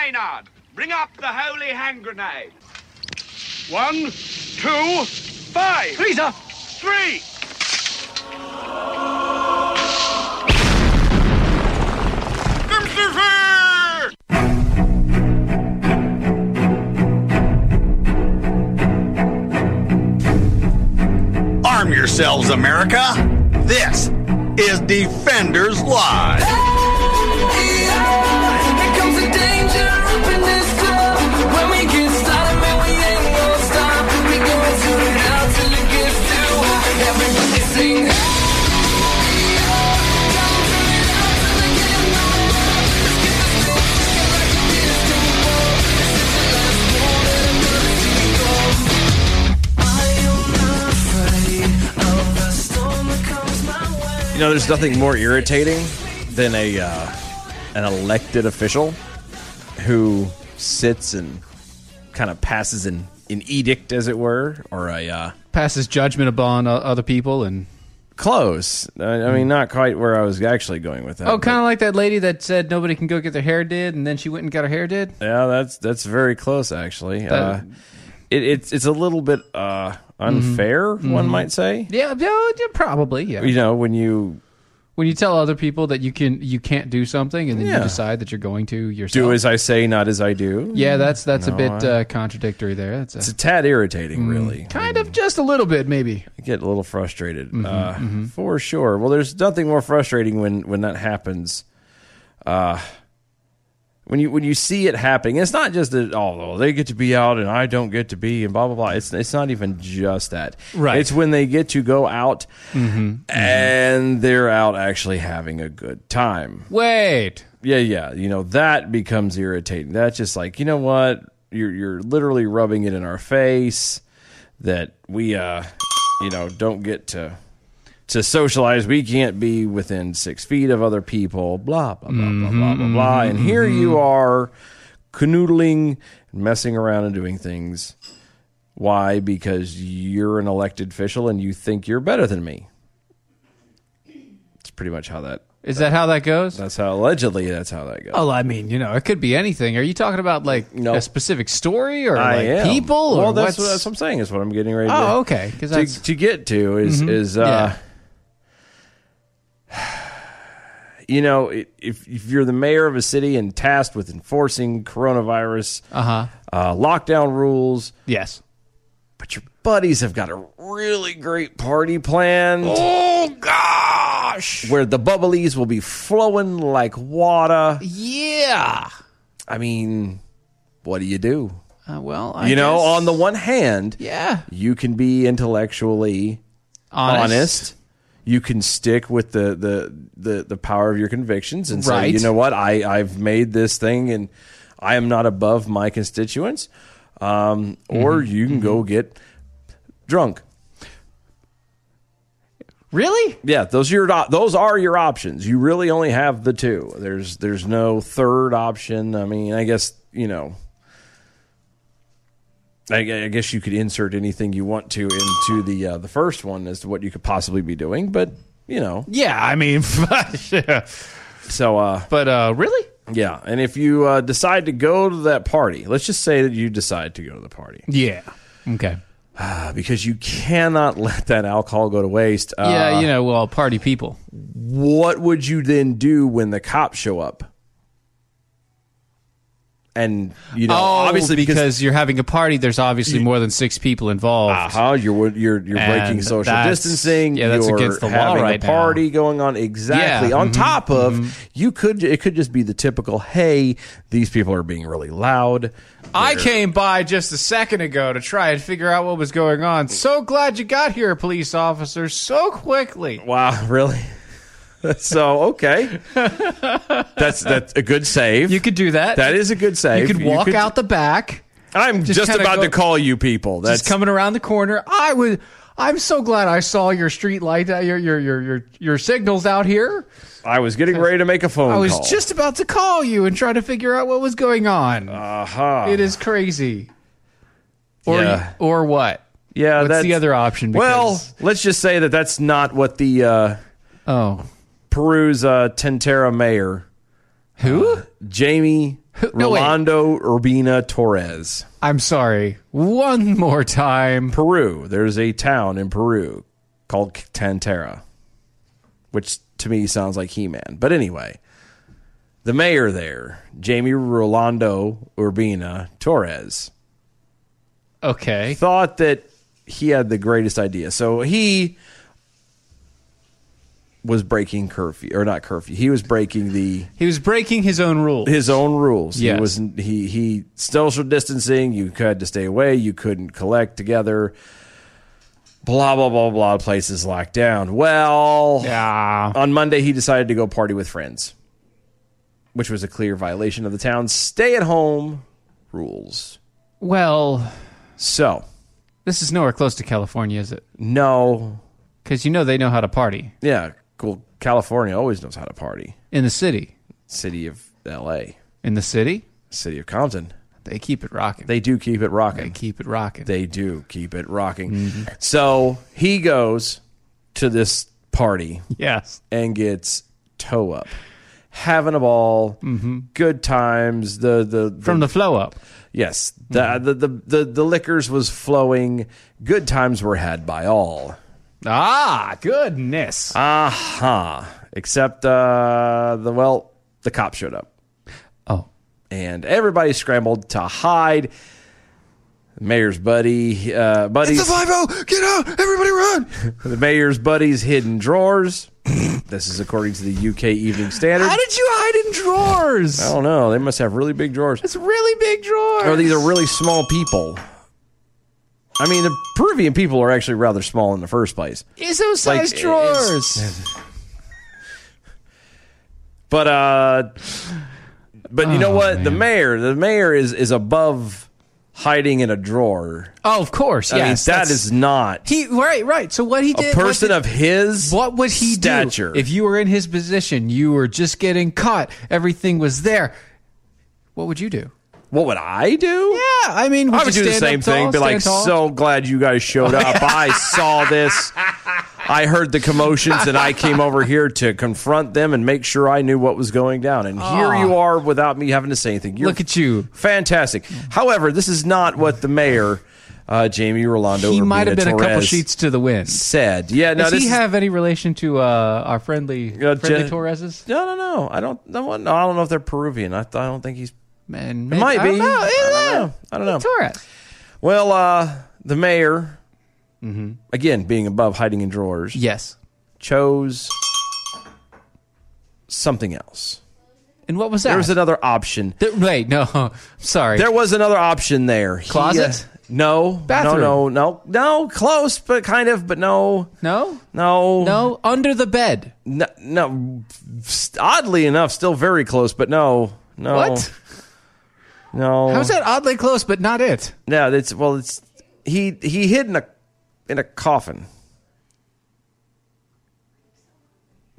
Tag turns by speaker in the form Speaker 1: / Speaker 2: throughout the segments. Speaker 1: Maynard, bring up the holy hand grenade. One, two, five.
Speaker 2: Lisa!
Speaker 1: Three.
Speaker 3: Arm yourselves, America. This is Defenders Live.
Speaker 4: You know, there's nothing more irritating than a uh, an elected official who sits and kind of passes an an edict, as it were, or a uh,
Speaker 2: Passes judgment upon uh, other people and.
Speaker 4: close. I, I mean, not quite where I was actually going with that.
Speaker 2: Oh, kind
Speaker 4: but-
Speaker 2: of like that lady that said nobody can go get their hair did, and then she went and got her hair did.
Speaker 4: Yeah, that's that's very close actually. uh, it, it's it's a little bit uh,
Speaker 2: Mm-hmm.
Speaker 4: unfair, one might say.
Speaker 2: Yeah, yeah, yeah, probably. Yeah.
Speaker 4: You know, when you
Speaker 2: When you tell other people that you can you can't do something, and then
Speaker 4: Yeah.
Speaker 2: you decide that you're going to yourself.
Speaker 4: do as I say, not as I do.
Speaker 2: Oh. yeah, that's that's a
Speaker 4: No,
Speaker 2: bit
Speaker 4: I-
Speaker 2: uh, contradictory there. That's a,
Speaker 4: It's a tad
Speaker 2: Mm.
Speaker 4: irritating, really.
Speaker 2: kind of just a little bit maybe.
Speaker 4: I get a little frustrated uh, for sure. Well, there's nothing more frustrating when when that happens. Uh, when you when you see it happening, it's not just that oh well, they get to be out and I don't get to be and blah blah blah. It's it's not even just that.
Speaker 2: Right.
Speaker 4: It's when they get to go out and they're out actually having a good time.
Speaker 2: Wait.
Speaker 4: Yeah, yeah. You know that becomes irritating. That's just like you know what you're you're literally rubbing it in our face that we uh you know don't get to to socialize. We can't be within six feet of other people. Blah blah blah blah blah blah blah. And here you are canoodling, messing around, and doing things. Why? Because you're an elected official and you think you're better than me. It's pretty much how that.
Speaker 2: Is that how that goes?
Speaker 4: That's how allegedly. That's how that goes.
Speaker 2: Well, I mean, you know, it could be anything. Are you talking about like
Speaker 4: No.
Speaker 2: a specific story or
Speaker 4: I
Speaker 2: like
Speaker 4: am.
Speaker 2: people or
Speaker 4: Well, that's what,
Speaker 2: what's-
Speaker 4: that's what I'm saying. Is what I'm getting ready. to,
Speaker 2: Oh, okay. Because
Speaker 4: To,
Speaker 2: that's Mm-hmm.
Speaker 4: to get to is is uh, you know i- if if you're the mayor of a city and tasked with enforcing coronavirus
Speaker 2: uh huh.
Speaker 4: uh, lockdown rules,
Speaker 2: Yes.
Speaker 4: but your buddies have got a really great party planned.
Speaker 2: Oh gosh.
Speaker 4: Where the bubblies will be flowing like water.
Speaker 2: Yeah.
Speaker 4: I mean, what do you do?
Speaker 2: Uh, well, I
Speaker 4: you know,
Speaker 2: guess-
Speaker 4: on the one hand,
Speaker 2: yeah,
Speaker 4: you can be intellectually honest. You can stick with the, the the the power of your convictions and say,
Speaker 2: Right.
Speaker 4: you know what, I I've made this thing and I am not above my constituents. Um, or you can go get drunk.
Speaker 2: Really?
Speaker 4: Yeah, those are your op- those are your options. You really only have the two. There's there's no third option. I mean, I guess you know. I, I guess you could insert anything you want to into the uh, the first one as to what you could possibly be doing, but you know.
Speaker 2: Yeah, I mean, yeah.
Speaker 4: So uh,
Speaker 2: but uh, really?
Speaker 4: yeah, and if you uh, decide to go to that party, let's just say that you decide to go to the party
Speaker 2: Yeah. Okay.
Speaker 4: uh, because you cannot let that alcohol go to waste. Uh,
Speaker 2: yeah, you know, well, party people.
Speaker 4: what would you then do when the cops show up? And you know, obviously
Speaker 2: Oh, because,
Speaker 4: because,
Speaker 2: you're having a party, there's obviously more than six people involved.
Speaker 4: aha, Uh-huh, you're you're you're breaking
Speaker 2: And
Speaker 4: social
Speaker 2: that's-
Speaker 4: distancing.
Speaker 2: yeah, that's
Speaker 4: you're
Speaker 2: against the law
Speaker 4: having
Speaker 2: right
Speaker 4: a
Speaker 2: now.
Speaker 4: party going on exactly.
Speaker 2: Yeah, mm-hmm,
Speaker 4: On top of you could it could just be the typical, hey, these people are being really loud.
Speaker 2: I came by just a second ago to try and figure out what was going on. So glad you got here, police officer, so quickly.
Speaker 4: Wow, really? so okay, that's that's a good save.
Speaker 2: You could do that.
Speaker 4: that is a good save.
Speaker 2: You could walk
Speaker 4: out.
Speaker 2: out the back,
Speaker 4: I'm just,
Speaker 2: Just kinda
Speaker 4: about
Speaker 2: go-
Speaker 4: to call you people. That's
Speaker 2: just coming around the corner. I was. I'm so glad I saw your street light, uh, your your your your your signals out here.
Speaker 4: I was getting ready to make a phone
Speaker 2: I was
Speaker 4: call.
Speaker 2: just about to call you and try to figure out what was going on.
Speaker 4: Ah. Aha.
Speaker 2: it is crazy. Or
Speaker 4: Yeah.
Speaker 2: or what?
Speaker 4: yeah.
Speaker 2: What's
Speaker 4: that's-
Speaker 2: the other option?
Speaker 4: Well,
Speaker 2: Because-
Speaker 4: let's just say that that's not what the uh,
Speaker 2: oh,
Speaker 4: Peru's uh, Tentera mayor
Speaker 2: who?
Speaker 4: Jamie
Speaker 2: Who- No, wait.
Speaker 4: Rolando Urbina Torres.
Speaker 2: I'm sorry. One more time.
Speaker 4: Peru. There's a town in Peru called Tantera, which to me sounds like He Man. But anyway, the mayor there, Jamie Rolando Urbina Torres,
Speaker 2: Okay.
Speaker 4: thought that he had the greatest idea. So he was breaking curfew, or not curfew. He was breaking the
Speaker 2: He was breaking his own rules.
Speaker 4: his own rules.
Speaker 2: Yes.
Speaker 4: He was he he social distancing. You had to stay away. You couldn't collect together. Blah blah blah blah. Places locked down. Well,
Speaker 2: Ah.
Speaker 4: on Monday he decided to go party with friends, which was a clear violation of the town's stay at home rules.
Speaker 2: Well,
Speaker 4: So
Speaker 2: this is nowhere close to California, is it?
Speaker 4: no,
Speaker 2: Because you know they know how to party
Speaker 4: yeah, cool. California always knows how to party.
Speaker 2: in the city.
Speaker 4: City of L.A.,
Speaker 2: In the city,
Speaker 4: city of Compton.
Speaker 2: they keep it rocking.
Speaker 4: They do keep it
Speaker 2: They
Speaker 4: rocking.
Speaker 2: keep it rocking.
Speaker 4: They do keep it rocking. So he goes to this party
Speaker 2: yes.
Speaker 4: and gets toe up, having a ball, good times. The the,
Speaker 2: From the flow up.
Speaker 4: yes, the, the, the the the liquors was flowing. Good times were had by all.
Speaker 2: Ah, goodness.
Speaker 4: Aha! Except uh, the well, the cop showed up.
Speaker 2: oh.
Speaker 4: and everybody scrambled to hide. Mayor's buddy, uh, buddies. It's a five zero. Get out! Everybody run! the mayor's buddies' hidden drawers. this is according to the UK Evening Standard.
Speaker 2: How
Speaker 4: I
Speaker 2: did you hide in drawers?
Speaker 4: don't know. They must have really big drawers,
Speaker 2: It's really big drawers.
Speaker 4: or these are really small people. I mean, the Peruvian people are actually rather small in the first place.
Speaker 2: Izzo-sized
Speaker 4: Like,
Speaker 2: drawers.
Speaker 4: But uh but you know
Speaker 2: Oh,
Speaker 4: what? The mayor, the mayor is is above hiding in a drawer.
Speaker 2: Oh, of course.
Speaker 4: I mean,
Speaker 2: Yes.
Speaker 4: that
Speaker 2: that's-
Speaker 4: is not
Speaker 2: He right, right. So what he
Speaker 4: a
Speaker 2: did?
Speaker 4: person
Speaker 2: what
Speaker 4: of his
Speaker 2: What would he
Speaker 4: stature.
Speaker 2: do if you were in his position? You were just getting caught. Everything was there. What would you do?
Speaker 4: what would I do?
Speaker 2: Yeah, I mean, would
Speaker 4: I would
Speaker 2: you
Speaker 4: do the
Speaker 2: stand
Speaker 4: same
Speaker 2: up
Speaker 4: thing.
Speaker 2: tall,
Speaker 4: Be
Speaker 2: stand
Speaker 4: like,
Speaker 2: tall?
Speaker 4: so glad you guys showed up. I saw this. I heard the commotions, and I came over here to confront them and make sure I knew what was going down. And here you are without me having to say anything. You're
Speaker 2: Look at you.
Speaker 4: fantastic. However, this is not what the mayor, uh, Jamie Rolando,
Speaker 2: he
Speaker 4: Urbina
Speaker 2: might have been a couple
Speaker 4: Torres
Speaker 2: sheets to the wind.
Speaker 4: said. Yeah, no,
Speaker 2: Does
Speaker 4: this
Speaker 2: he
Speaker 4: is-
Speaker 2: have any relation to uh, our friendly
Speaker 4: Uh,
Speaker 2: friendly
Speaker 4: Je-
Speaker 2: Torreses?
Speaker 4: No, no, no. I don't. No, I don't know if they're Peruvian. I, I don't think he's
Speaker 2: Man,
Speaker 4: It
Speaker 2: maybe-
Speaker 4: might
Speaker 2: I don't
Speaker 4: be.
Speaker 2: know.
Speaker 4: I don't know. I don't know.
Speaker 2: Torres.
Speaker 4: Well, uh, the mayor,
Speaker 2: Mm-hmm.
Speaker 4: again being above hiding in drawers,
Speaker 2: Yes.
Speaker 4: chose something else.
Speaker 2: And what was that?
Speaker 4: There was another option.
Speaker 2: Th- wait, no. I'm sorry.
Speaker 4: There was another option there. He, uh,
Speaker 2: Closet?
Speaker 4: no.
Speaker 2: Bathroom?
Speaker 4: No. No. No. No. Close, but kind of. But no.
Speaker 2: no?
Speaker 4: No.
Speaker 2: No? Under the bed.
Speaker 4: No. no. Oddly enough, still very close, but no. No.
Speaker 2: What?
Speaker 4: No.
Speaker 2: How's that oddly close, but not it?
Speaker 4: No, that's well. It's he he hid in a in a coffin,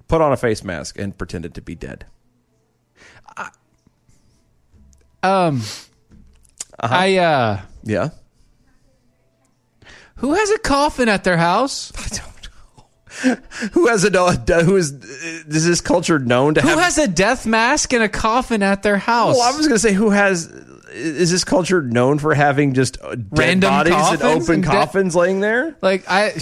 Speaker 4: put on a face mask, and pretended to be dead.
Speaker 2: Um,
Speaker 4: Uh-huh.
Speaker 2: I uh,
Speaker 4: Yeah,
Speaker 2: who has a coffin at their house?
Speaker 4: I don't know who has a do- who is is this culture known to
Speaker 2: Who
Speaker 4: have.
Speaker 2: has a death mask and a coffin at their house?
Speaker 4: well, I was gonna say who has. Is this culture known for having just uh, dead
Speaker 2: Random
Speaker 4: bodies and
Speaker 2: coffins
Speaker 4: open
Speaker 2: and dead-
Speaker 4: coffins laying there?
Speaker 2: like I,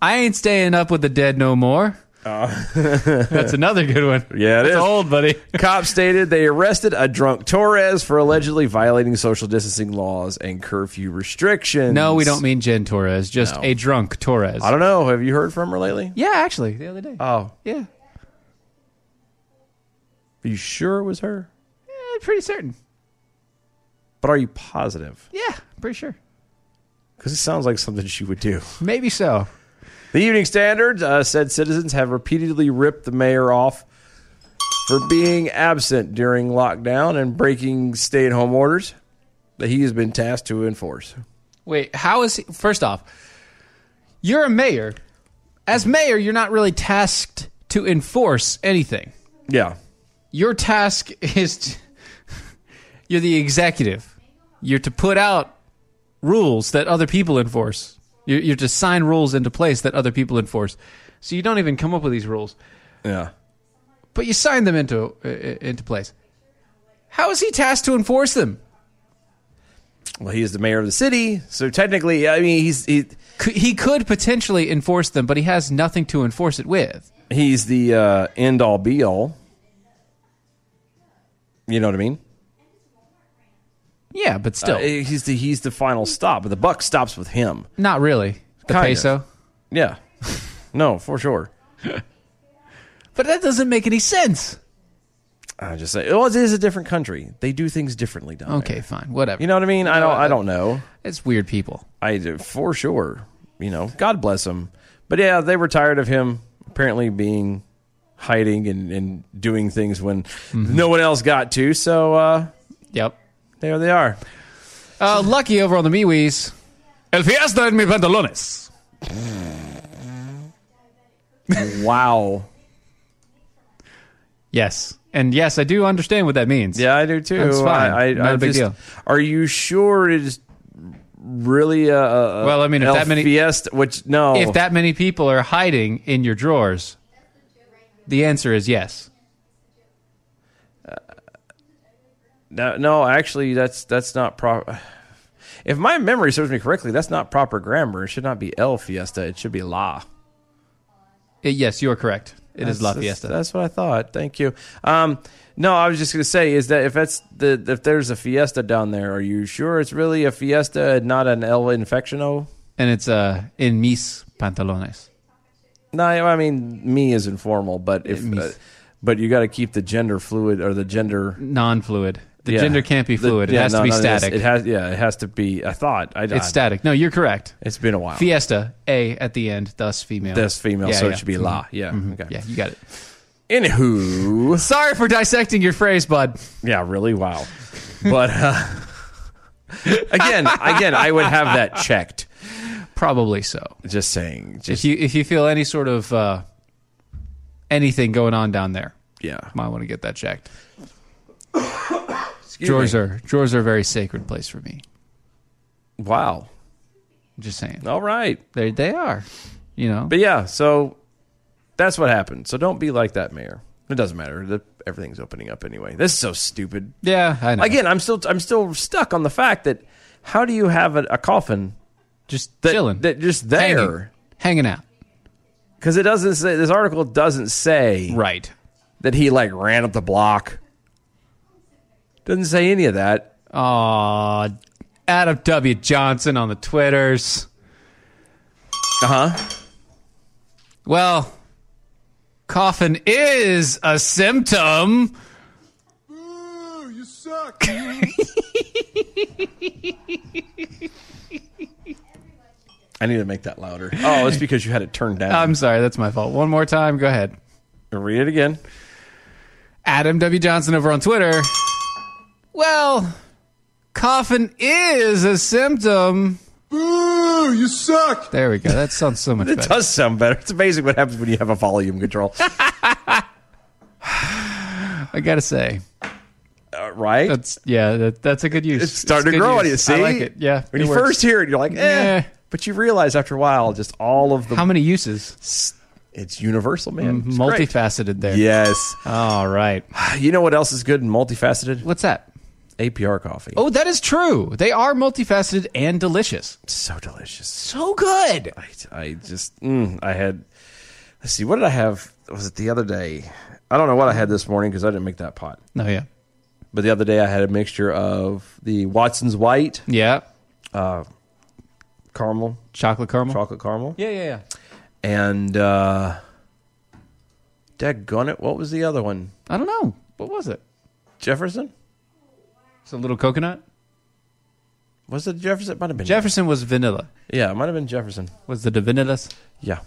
Speaker 2: I ain't staying up with the dead no more. That's another good one.
Speaker 4: Oh. Yeah, it
Speaker 2: That's
Speaker 4: is.
Speaker 2: old buddy.
Speaker 4: Cops stated they arrested a drunk Torres for allegedly violating social distancing laws and curfew restrictions.
Speaker 2: No, we don't mean Jen Torres, just a drunk Torres.
Speaker 4: I don't know. Have you heard from her lately?
Speaker 2: yeah, actually, the other day.
Speaker 4: Oh,
Speaker 2: yeah,
Speaker 4: are you sure it was her?
Speaker 2: Yeah, pretty certain.
Speaker 4: But are you positive?
Speaker 2: Yeah, pretty sure.
Speaker 4: Because it sounds like something she would do.
Speaker 2: Maybe so.
Speaker 4: The Evening Standard uh, said citizens have repeatedly ripped the mayor off for being absent during lockdown and breaking stay at home orders that he has been tasked to enforce.
Speaker 2: Wait, how is he? First off, you're a mayor. As mayor, you're not really tasked to enforce anything.
Speaker 4: Yeah.
Speaker 2: Your task is to, you're the executive. You're to put out rules that other people enforce. You're, you're to sign rules into place that other people enforce. So you don't even come up with these rules,
Speaker 4: Yeah.
Speaker 2: but you sign them into uh, into uh, place. How is he tasked to enforce them?
Speaker 4: Well, he is the mayor of the city, so technically, I mean, he's he,
Speaker 2: Could- He could potentially enforce them, but he has nothing to enforce it with.
Speaker 4: he's the uh, end all be all. You know what I mean?
Speaker 2: Yeah, but
Speaker 4: Uh,
Speaker 2: still,
Speaker 4: he's the he's the final stop, but the buck stops with him.
Speaker 2: not really. The
Speaker 4: Kind of.
Speaker 2: peso.
Speaker 4: Yeah, no, for sure.
Speaker 2: But that doesn't make any sense.
Speaker 4: I just say, well, it is a different country. They do things differently down
Speaker 2: Okay,
Speaker 4: there.
Speaker 2: fine, whatever.
Speaker 4: You know what I mean? I don't. I don't know.
Speaker 2: it's weird people.
Speaker 4: I do, for sure. You know, God bless him. But yeah, they were tired of him apparently being hiding and, and doing things when no one else got to. So uh,
Speaker 2: Yep.
Speaker 4: there they are.
Speaker 2: Uh, lucky over on the MeWe's. El fiesta en mi pantalones.
Speaker 4: Wow.
Speaker 2: Yes, and yes, I do understand what that means.
Speaker 4: Yeah, I do too.
Speaker 2: That's fine.
Speaker 4: I, I,
Speaker 2: Not
Speaker 4: I
Speaker 2: a big
Speaker 4: just-
Speaker 2: deal.
Speaker 4: Are you sure it is really a, a a
Speaker 2: Well, I mean, if
Speaker 4: El
Speaker 2: that many-
Speaker 4: Fiesta? Which no,
Speaker 2: If that many people are hiding in your drawers, the answer is yes.
Speaker 4: no, no, actually, that's that's not proper. If my memory serves me correctly, that's not proper grammar. It should not be El Fiesta. It should be La.
Speaker 2: Uh, yes, you are correct. It is La
Speaker 4: That's-
Speaker 2: Fiesta.
Speaker 4: That's, that's what I thought. Thank you. Um, no, I was just gonna say is that if that's the if there's a fiesta down there, are you sure it's really a fiesta and not an El Infectiono?
Speaker 2: and it's uh, in mis pantalones.
Speaker 4: No, I I mean me is informal, but if
Speaker 2: me's-
Speaker 4: uh, but you got to keep the gender fluid or the gender.
Speaker 2: Non fluid. The
Speaker 4: yeah.
Speaker 2: gender can't be
Speaker 4: The-
Speaker 2: fluid.
Speaker 4: yeah,
Speaker 2: it has
Speaker 4: no,
Speaker 2: to be
Speaker 4: no,
Speaker 2: static.
Speaker 4: It has, yeah, it has to be. I thought I,
Speaker 2: it's static. No, you're correct.
Speaker 4: It's been a while.
Speaker 2: Fiesta, A at the end, thus female.
Speaker 4: That's female,
Speaker 2: Yeah,
Speaker 4: so
Speaker 2: yeah. Mm-hmm.
Speaker 4: it should be la. Yeah. Okay.
Speaker 2: Yeah, you got it.
Speaker 4: Anywho,
Speaker 2: Sorry for dissecting your phrase, bud.
Speaker 4: Yeah, really. Wow. But uh, again, again, I would have that checked.
Speaker 2: Probably so.
Speaker 4: Just saying.
Speaker 2: If
Speaker 4: Just
Speaker 2: you if you feel any sort of uh, anything going on down there,
Speaker 4: yeah.
Speaker 2: might want to get that checked.
Speaker 4: Excuse
Speaker 2: Drawers
Speaker 4: me.
Speaker 2: are drawers are a very sacred place for me.
Speaker 4: Wow.
Speaker 2: Just saying,
Speaker 4: All right.
Speaker 2: they they are. You know,
Speaker 4: But yeah, so that's what happened. So don't be like that, Mayor. It doesn't matter. The, everything's opening up anyway. This is so stupid.
Speaker 2: yeah, I know.
Speaker 4: Again, I'm still I'm still stuck on the fact that how do you have a, a coffin
Speaker 2: just
Speaker 4: that,
Speaker 2: chilling,
Speaker 4: that just
Speaker 2: hanging,
Speaker 4: there?
Speaker 2: hanging out.
Speaker 4: Because it doesn't say this article doesn't say
Speaker 2: Right.
Speaker 4: that he like ran up the block. Doesn't say any of that.
Speaker 2: Aw, Adam W. Johnson on the Twitters.
Speaker 4: Uh huh.
Speaker 2: Well, coffin is a symptom.
Speaker 4: I need to make that louder. Oh, it's because you had it turned down.
Speaker 2: I'm sorry, that's my fault. One more time, go ahead.
Speaker 4: Read it again.
Speaker 2: Adam W. Johnson over on Twitter. Well, coffin is a symptom.
Speaker 5: Boo, you suck.
Speaker 2: There we go. That sounds so much
Speaker 4: It
Speaker 2: better.
Speaker 4: does sound better. It's amazing what happens when you have a volume control, Uh,
Speaker 2: I gotta say,
Speaker 4: Uh, right?
Speaker 2: that's yeah, that, that's a good use.
Speaker 4: it's starting to
Speaker 2: good
Speaker 4: grow on
Speaker 2: use.
Speaker 4: you. See,
Speaker 2: I like it. Yeah,
Speaker 4: When
Speaker 2: it
Speaker 4: you
Speaker 2: works.
Speaker 4: first hear it, you're like, eh.
Speaker 2: Yeah.
Speaker 4: But you realize after a while, just all of the
Speaker 2: how Mm-hmm. many uses?
Speaker 4: it's universal, man. It's great.
Speaker 2: Multifaceted there.
Speaker 4: Yes. Ah,
Speaker 2: All right.
Speaker 4: You know what else is good and multifaceted?
Speaker 2: What's that?
Speaker 4: APR coffee.
Speaker 2: Oh, that is true. They are multifaceted and delicious.
Speaker 4: it's so delicious.
Speaker 2: So good.
Speaker 4: I, I just mm, I had. Let's see. What did I have? Was it the other day? I don't know what I had this morning because I didn't make that pot.
Speaker 2: No, Oh, yeah.
Speaker 4: But the other day I had a mixture of the Watson's White
Speaker 2: Yeah.
Speaker 4: caramel,
Speaker 2: Chocolate caramel.
Speaker 4: chocolate caramel,
Speaker 2: Yeah, yeah, yeah.
Speaker 4: and uh, dadgummit, what was the other one?
Speaker 2: I don't know. What was it?
Speaker 4: Jefferson?
Speaker 2: It's a little coconut.
Speaker 4: Was it Jefferson? It might have been
Speaker 2: Jefferson was vanilla.
Speaker 4: Yeah, it might have been Jefferson.
Speaker 2: Was the vanillas?
Speaker 4: Yeah,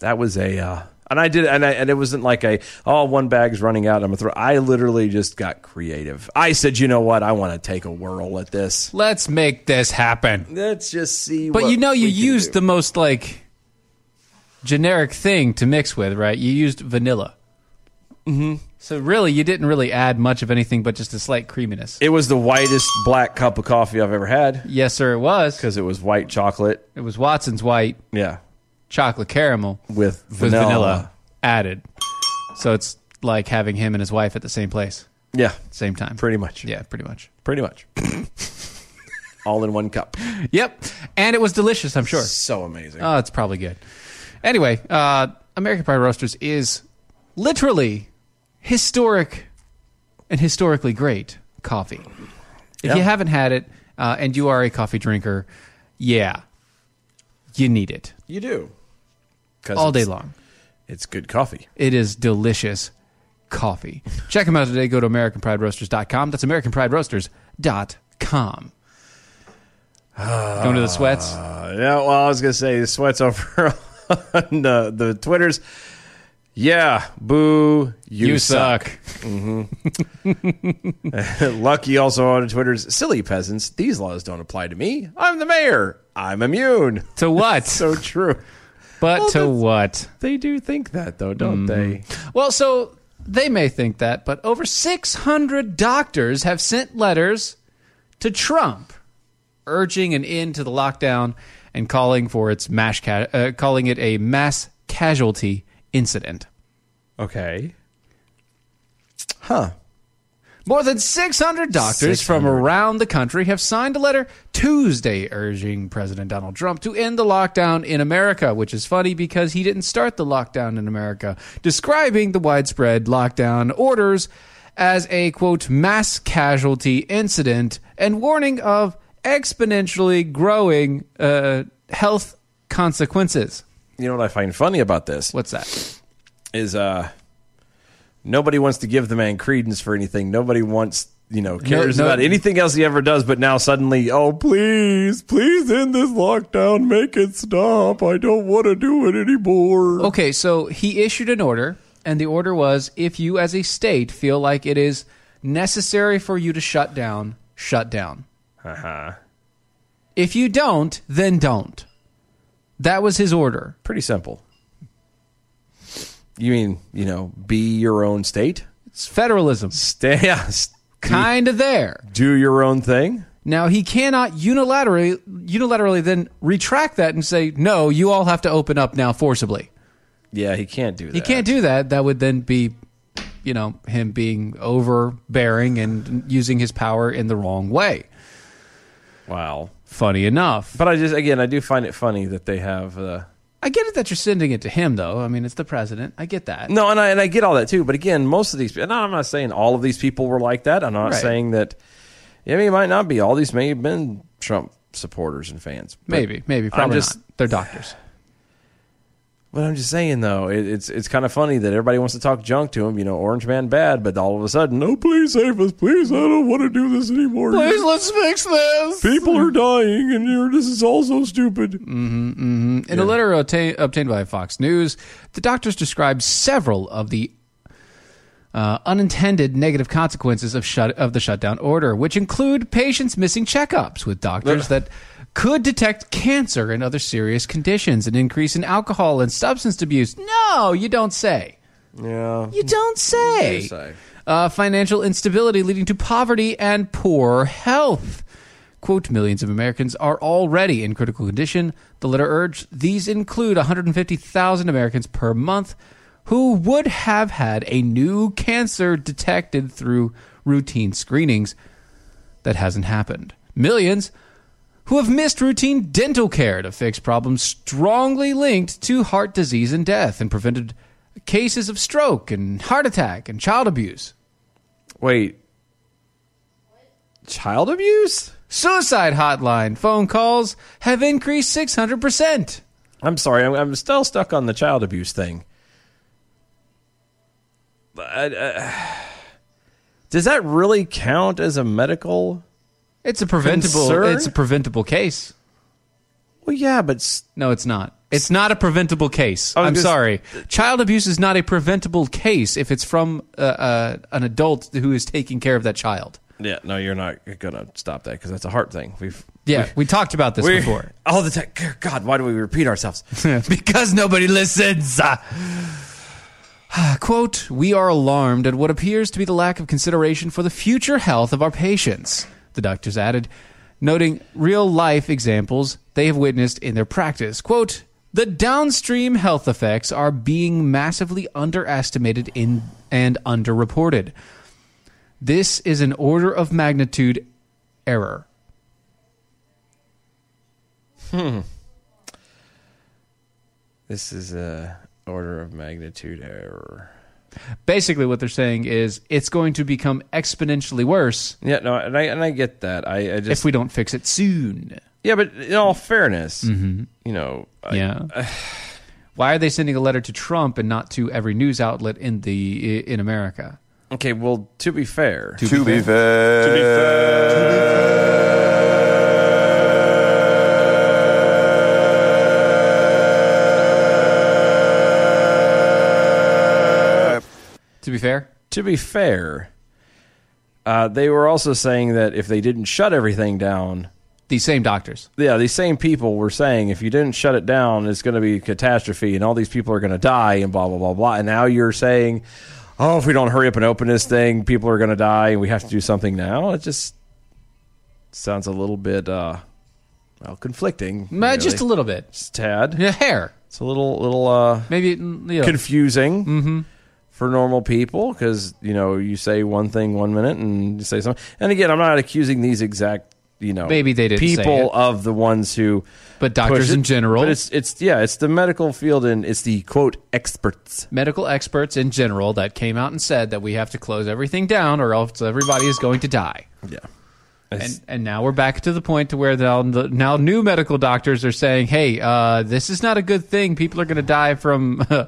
Speaker 4: that was a. Uh, and I did, and I, and it wasn't like a oh one bag's running out. I'm gonna throw. I literally just got creative. I said, you know what? I want to take a whirl at this.
Speaker 2: Let's make this happen.
Speaker 4: Let's just see.
Speaker 2: But
Speaker 4: what
Speaker 2: you know, you
Speaker 4: we can
Speaker 2: used
Speaker 4: do.
Speaker 2: the most like generic thing to mix with, right? You used vanilla. Mm-hmm. So really, you didn't really add much of anything, but just a slight creaminess.
Speaker 4: It was the whitest black cup of coffee I've ever had
Speaker 2: yes, sir, it was.
Speaker 4: because it was white chocolate.
Speaker 2: It was Watson's white
Speaker 4: Yeah,
Speaker 2: chocolate caramel.
Speaker 4: with
Speaker 2: with
Speaker 4: vanilla.
Speaker 2: vanilla added. So it's like having him and his wife at the same place.
Speaker 4: Yeah,
Speaker 2: Same time.
Speaker 4: pretty much.
Speaker 2: Yeah, pretty much.
Speaker 4: pretty much. All in one cup.
Speaker 2: Yep. And it was delicious, I'm sure.
Speaker 4: So amazing.
Speaker 2: Oh, it's probably good. Anyway, uh, American Pie Roasters is literally historic and historically great coffee. If you
Speaker 4: Yeah.
Speaker 2: haven't had it uh, and you are a coffee drinker, yeah, you need it
Speaker 4: you do.
Speaker 2: all day long.
Speaker 4: It's good coffee.
Speaker 2: It is delicious coffee. Check them out today. Go to AmericanPrideRoasters.com. That's AmericanPrideRoasters.com. Going to the sweats?
Speaker 4: Uh, yeah, well, I was going to say, the sweat's over on the, the Twitters. Yeah, boo, you, suck. Lucky also on Twitter's, silly peasants, these laws don't apply to me. I'm the mayor. I'm immune.
Speaker 2: To what?
Speaker 4: So true.
Speaker 2: but to
Speaker 4: that's-
Speaker 2: what?
Speaker 4: They do think that, though, don't they?
Speaker 2: Well, so they may think that, but over 600 doctors have sent letters to Trump urging an end to the lockdown and calling for its mass ca- uh, calling it a mass casualty incident.
Speaker 4: Okay.
Speaker 2: More than 600 doctors from around the country have signed a letter Tuesday urging President Donald Trump to end the lockdown in America, which is funny because he didn't start the lockdown in America, describing the widespread lockdown orders as a quote mass casualty incident and warning of exponentially growing uh, health consequences.
Speaker 4: You know what I find funny about this?
Speaker 2: What's that?
Speaker 4: is uh nobody wants to give the man credence for anything. Nobody wants you know cares
Speaker 2: no-
Speaker 4: about anything else he ever does. But now suddenly, oh please, please end this lockdown, make it stop. I don't want to do it anymore.
Speaker 2: Okay, so he issued an order, and the order was if you as a state feel like it is necessary for you to shut down, shut down.
Speaker 4: Uh-huh.
Speaker 2: If you don't, then don't. That was his order.
Speaker 4: Pretty simple. You mean you know be your own state?
Speaker 2: It's federalism.
Speaker 4: Stay. yeah, s-
Speaker 2: Kind of there.
Speaker 4: Do your own thing.
Speaker 2: Now, he cannot unilaterally, unilaterally then retract that and say, no, you all have to open up now forcibly.
Speaker 4: Yeah, he can't do that.
Speaker 2: He can't do that. That would then be, you know, him being overbearing and using his power in the wrong way.
Speaker 4: Wow.
Speaker 2: Funny enough. But
Speaker 4: But I just again, I do find it funny that they have. Uh,
Speaker 2: I get it that you're sending it to him, though. I mean, it's the president. I get that.
Speaker 4: No, and I and I get all that too. But again, most of these, and I'm not saying all of these people were like that. I'm not
Speaker 2: Right.
Speaker 4: saying that. I mean, it might not be all these. May have been Trump supporters and fans. But-
Speaker 2: maybe, maybe, probably
Speaker 4: just-
Speaker 2: not. They're doctors.
Speaker 4: But I'm just saying though, it, it's it's kind of funny that everybody wants to talk junk to him. You know, Orange Man bad, but all of a sudden, no, please save us, please. I don't want to do this anymore.
Speaker 2: let's fix this.
Speaker 4: People are dying, and you're, this is all so stupid.
Speaker 2: Mm. In a letter obtain, obtained by Fox News, the doctors described several of the uh, unintended negative consequences of shut of the shutdown order, which include patients missing checkups with doctors that could detect cancer and other serious conditions, an increase in alcohol and substance abuse. No, you don't say.
Speaker 4: Yeah,
Speaker 2: You don't say.
Speaker 4: say.
Speaker 2: Uh, financial instability leading to poverty and poor health. Quote, millions of Americans are already in critical condition. The letter urged these include 150,000 Americans per month who would have had a new cancer detected through routine screenings. That hasn't happened. Millions who have missed routine dental care to fix problems strongly linked to heart disease and death and prevented cases of stroke and heart attack and child abuse.
Speaker 4: wait. Child abuse?
Speaker 2: Suicide hotline phone calls have increased 600%.
Speaker 4: I'm sorry, I'm, I'm still stuck on the child abuse thing. But, uh, does that really count as a medical?
Speaker 2: It's a preventable
Speaker 4: Concern?
Speaker 2: it's a preventable case.
Speaker 4: Well, yeah, but s-
Speaker 2: No, it's not. It's not a preventable case.
Speaker 4: was
Speaker 2: I'm
Speaker 4: just-
Speaker 2: sorry. Child abuse is not a preventable case if it's from uh, uh, an adult who is taking care of that child.
Speaker 4: yeah, no, you're not gonna stop that because that's a heart thing. We've
Speaker 2: Yeah, we talked about this
Speaker 4: we,
Speaker 2: before.
Speaker 4: all the time. God, why do we repeat ourselves?
Speaker 2: because nobody listens. Ah, Quote, we are alarmed at what appears to be the lack of consideration for the future health of our patients, the doctors added, noting real life examples they have witnessed in their practice. Quote, the downstream health effects are being massively underestimated in, and underreported. This is an order of magnitude error.
Speaker 4: This is a order of magnitude error.
Speaker 2: Basically, what they're saying is it's going to become exponentially worse
Speaker 4: Yeah, no, and I and I get that. I, I just
Speaker 2: if we don't fix it soon.
Speaker 4: yeah, but in all fairness, you know, I- uh,
Speaker 2: yeah. Why are they sending a letter to Trump and not to every news outlet in the in America?
Speaker 4: okay. Well, to be fair,
Speaker 5: To be fair. To be fair.
Speaker 2: To be fair,
Speaker 4: to be fair, uh, they were also saying that if they didn't shut everything down,
Speaker 2: these same doctors.
Speaker 4: yeah, these same people were saying if you didn't shut it down, it's going to be a catastrophe and all these people are going to die and blah, blah, blah, blah. And now you're saying, oh, if we don't hurry up and open this thing, people are going to die and we have to do something now. It just sounds a little bit, uh, well, conflicting.
Speaker 2: Uh,
Speaker 4: really.
Speaker 2: Just a little bit.
Speaker 4: Just a tad.
Speaker 2: A hair.
Speaker 4: It's a little, little, uh,
Speaker 2: Maybe, mm, you know,
Speaker 4: confusing
Speaker 2: mm-hmm.
Speaker 4: for normal people because you know you say one thing one minute and you say something. And again, I'm not accusing these exact you know
Speaker 2: Maybe they didn't say
Speaker 4: people
Speaker 2: it.
Speaker 4: of the ones who
Speaker 2: But doctors
Speaker 4: push it.
Speaker 2: in general.
Speaker 4: But it's it's yeah, it's the medical field and it's the quote experts.
Speaker 2: medical experts in general that came out and said that we have to close everything down or else everybody is going to die.
Speaker 4: Yeah,
Speaker 2: And, and now we're back to the point to where now, now new medical doctors are saying, hey, uh, this is not a good thing. People are going to die from uh,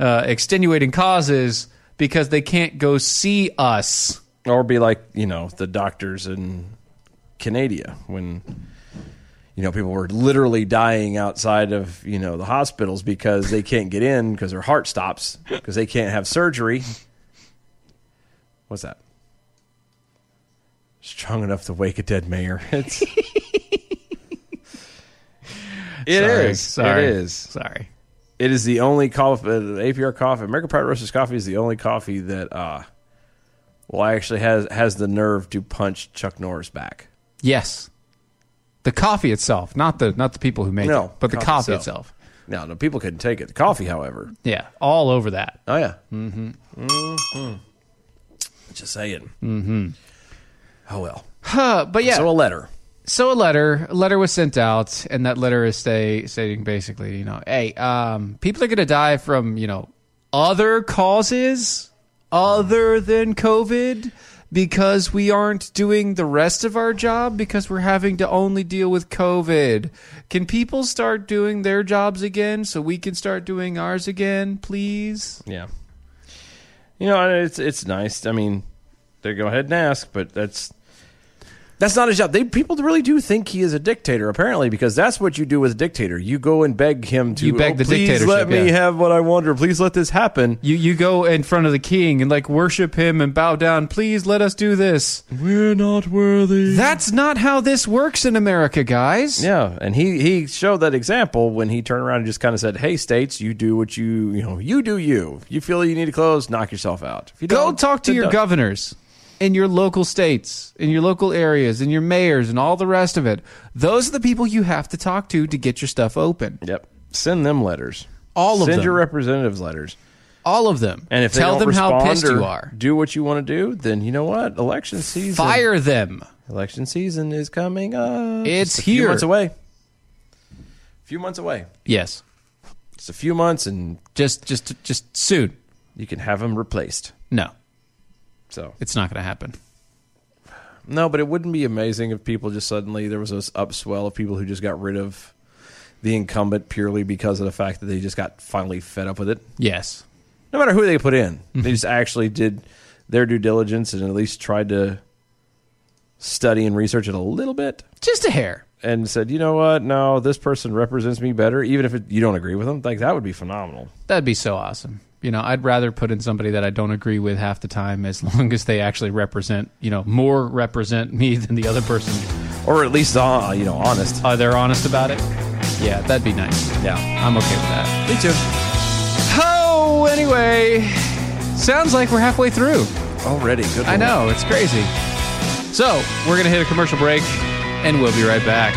Speaker 2: extenuating causes because they can't go see us.
Speaker 4: or be like you know the doctors in Canada when. You know, people were literally dying outside of you know the hospitals because they can't get in because their heart stops because they can't have surgery. What's that? Strong enough to wake a dead mayor. It's It
Speaker 2: Sorry,
Speaker 4: is.
Speaker 2: Sorry.
Speaker 4: It is.
Speaker 2: Sorry.
Speaker 4: It is the only coffee, uh, the APR coffee, American Pride Roasters coffee is the only coffee that, uh, well, actually has has the nerve to punch Chuck Norris back.
Speaker 2: Yes. The coffee itself, not the not the people who make
Speaker 4: No,
Speaker 2: it, but the
Speaker 4: coffee
Speaker 2: coffee
Speaker 4: itself.
Speaker 2: itself.
Speaker 4: No, no, people couldn't take it. The coffee, however,
Speaker 2: Yeah, all over that.
Speaker 4: oh yeah, mm-hmm, mm-hmm. just saying. Mm-hmm. Oh well.
Speaker 2: Uh, but yeah,
Speaker 4: So a letter.
Speaker 2: so a letter a letter was sent out and that letter is say, stating basically you know hey um, people are going to die from you know other causes other than covid because we aren't doing the rest of our job because we're having to only deal with covid can people start doing their jobs again so we can start doing ours again please
Speaker 4: Yeah. You know, and it's it's nice. I mean, they go ahead and ask, but that's that's not his job. They people really do think he is a dictator, apparently, because that's what you do with a dictator. You go and beg him to
Speaker 2: You beg
Speaker 4: "Oh,
Speaker 2: the
Speaker 4: please
Speaker 2: dictatorship,
Speaker 4: let me
Speaker 2: yeah.
Speaker 4: have what I want, or please let this happen.
Speaker 2: you you go in front of the king and like worship him and bow down please let us do this
Speaker 4: We're not worthy.
Speaker 2: That's not how this works in America, guys.
Speaker 4: yeah, and he he showed that example when he turned around and just kind of said, "Hey, states, you do what you you know you do you. If you feel you need to close, knock yourself out. If you
Speaker 2: Go
Speaker 4: don't,
Speaker 2: talk to
Speaker 4: then
Speaker 2: your
Speaker 4: don't."
Speaker 2: governors in your local states, in your local areas, in your mayors, and all the rest of it. Those are the people you have to talk to to get your stuff open.
Speaker 4: Yep, send them letters.
Speaker 2: All of
Speaker 4: send
Speaker 2: them.
Speaker 4: your representatives letters.
Speaker 2: All of them.
Speaker 4: And if they
Speaker 2: tell
Speaker 4: don't
Speaker 2: them how
Speaker 4: respond
Speaker 2: pissed
Speaker 4: or
Speaker 2: you are,
Speaker 4: do what you want to do, then you know what? Election season.
Speaker 2: fire them.
Speaker 4: Election season is coming up.
Speaker 2: It's
Speaker 4: Just a Few
Speaker 2: here.
Speaker 4: months away. few months away.
Speaker 2: Yes,
Speaker 4: Just a few months, and
Speaker 2: just just just soon.
Speaker 4: you can have them replaced.
Speaker 2: No,
Speaker 4: So
Speaker 2: it's not going to happen.
Speaker 4: no, but it wouldn't be amazing if people just suddenly there was this upswell of people who just got rid of the incumbent purely because of the fact that they just got finally fed up with it.
Speaker 2: Yes,
Speaker 4: no matter who they put in, they just actually did their due diligence and at least tried to study and research it a little bit
Speaker 2: just a hair.
Speaker 4: and said, you know what? No, this person represents me better, even if it, you don't agree with them. Like that would be phenomenal.
Speaker 2: That'd be so awesome. You know, I'd rather put in somebody that I don't agree with half the time as long as they actually represent, you know, more represent me than the other person.
Speaker 4: Or at least, uh, you know, honest.
Speaker 2: Are they honest about it? Yeah, that'd be nice.
Speaker 4: Yeah.
Speaker 2: I'm okay with that.
Speaker 4: Me too.
Speaker 2: Oh, anyway, sounds like we're halfway through.
Speaker 4: Already. Good.
Speaker 2: I
Speaker 4: one.
Speaker 2: know, it's crazy. So, we're going to hit a commercial break and we'll be right back.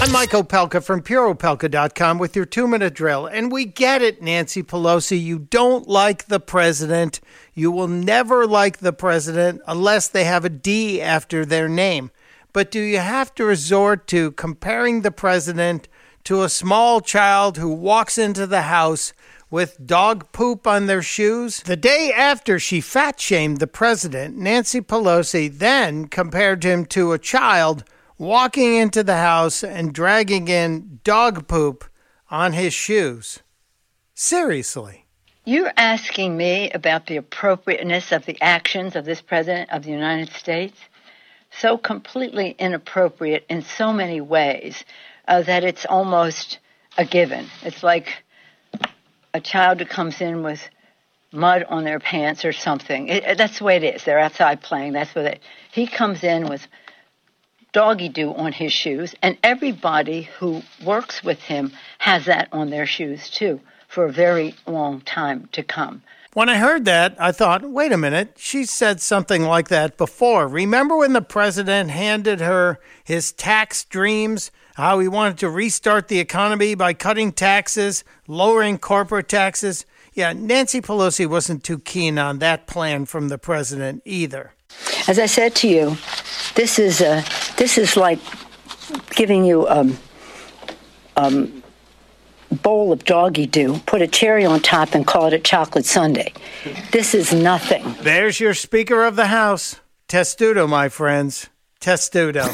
Speaker 6: I'm Mike Opelka from PureOpelka.com with your two minute drill. And we get it, Nancy Pelosi. You don't like the president. You will never like the president unless they have a D after their name. But do you have to resort to comparing the president to a small child who walks into the house with dog poop on their shoes? The day after she fat shamed the president, Nancy Pelosi then compared him to a child walking into the house and dragging in dog poop on his shoes. Seriously.
Speaker 7: You're asking me about the appropriateness of the actions of this President of the United States? So completely inappropriate in so many ways uh, that it's almost a given. It's like a child who comes in with mud on their pants or something. It, it- that's the way it is. They're outside playing. That's what it. He comes in with doggy do on his shoes, and everybody who works with him has that on their shoes too for a very long time to come.
Speaker 6: When I heard that, I thought, wait a minute, she said something like that before. Remember when the president handed her his tax dreams? How he wanted to restart the economy by cutting taxes, lowering corporate taxes? Yeah, Nancy Pelosi wasn't too keen on that plan from the president either.
Speaker 7: As I said to you, this is a, this is like giving you a um, bowl of doggy do, put a cherry on top, and call it a chocolate sundae. This is nothing.
Speaker 6: There's your Speaker of the House. Testudo, my friends. Testudo.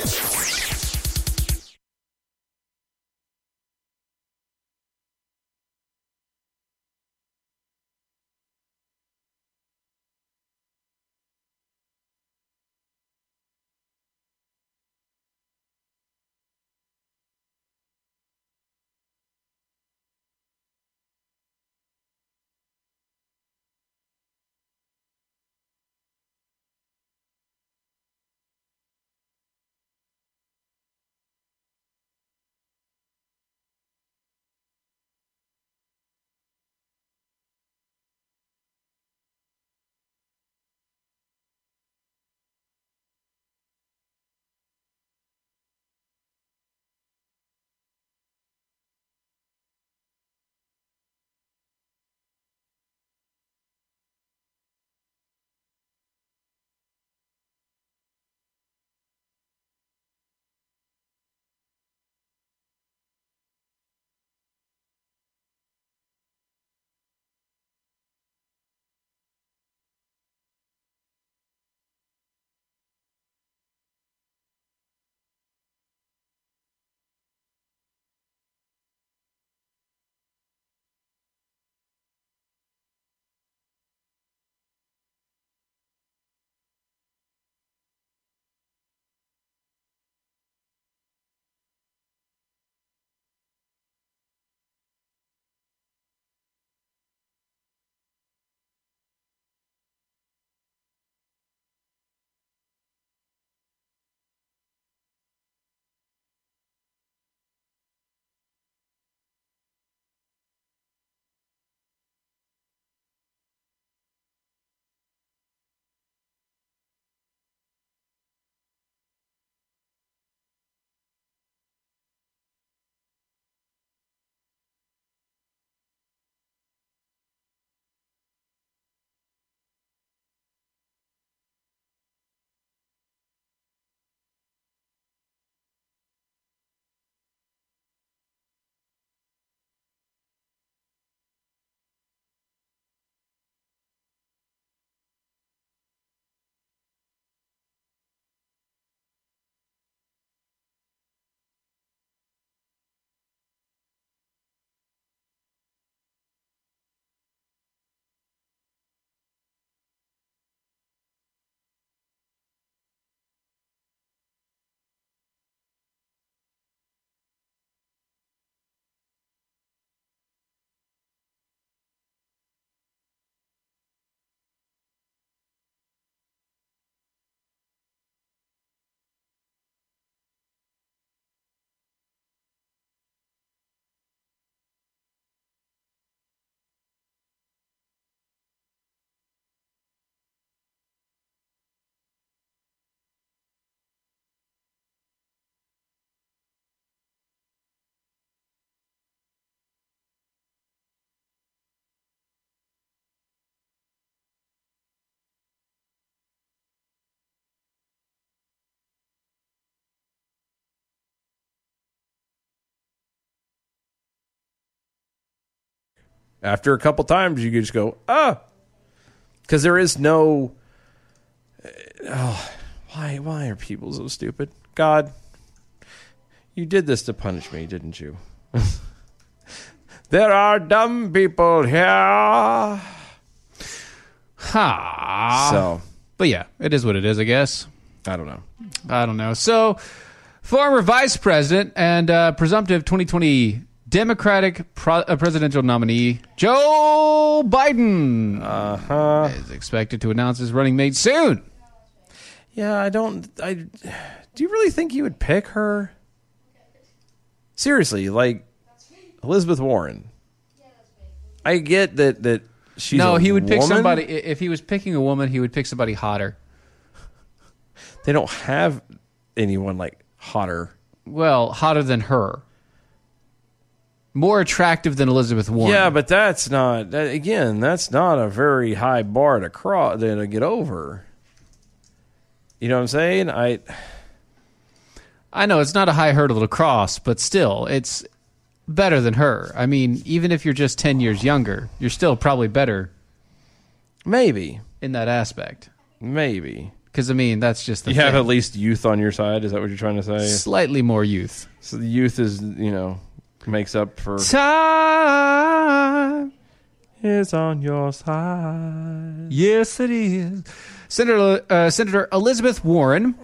Speaker 4: After a couple times, you could just go, ah, because there is no. uh, Oh, why? Why are people so stupid? God, you did this to punish me, didn't you? there are dumb people
Speaker 2: Ah.
Speaker 4: here.
Speaker 2: Ha.
Speaker 4: So
Speaker 2: But yeah, it is what it is, I guess.
Speaker 4: I don't know.
Speaker 2: I don't know. So, former vice president and uh, presumptive 2020 Democratic pro- uh, presidential nominee Joe Biden
Speaker 4: Uh-huh.
Speaker 2: is expected to announce his running mate soon.
Speaker 4: Yeah, I don't. I do you really think you would pick her? Seriously, like Elizabeth Warren. I get that that she's
Speaker 2: no,
Speaker 4: a
Speaker 2: he would pick
Speaker 4: woman.
Speaker 2: somebody. i- If he was picking a woman, he would pick somebody hotter.
Speaker 4: They don't have anyone like hotter.
Speaker 2: Well, hotter than her. More attractive than Elizabeth Warren.
Speaker 4: Yeah, but that's not that, again. That's not a very high bar to cross to get over. You know what I'm saying? I
Speaker 2: I know it's not a high hurdle to cross, but still, it's better than her. I mean, even if you're just 10 years younger, you're still probably better
Speaker 4: maybe
Speaker 2: in that aspect.
Speaker 4: maybe
Speaker 2: Because, I mean, that's just the
Speaker 4: you have
Speaker 2: thing.
Speaker 4: at least youth on your side. Is that what you're trying to say?
Speaker 2: slightly more youth.
Speaker 4: So the youth is you know makes up for
Speaker 2: Time.
Speaker 4: is on your side.
Speaker 2: Yes, it is. Senator, uh, Senator Elizabeth Warren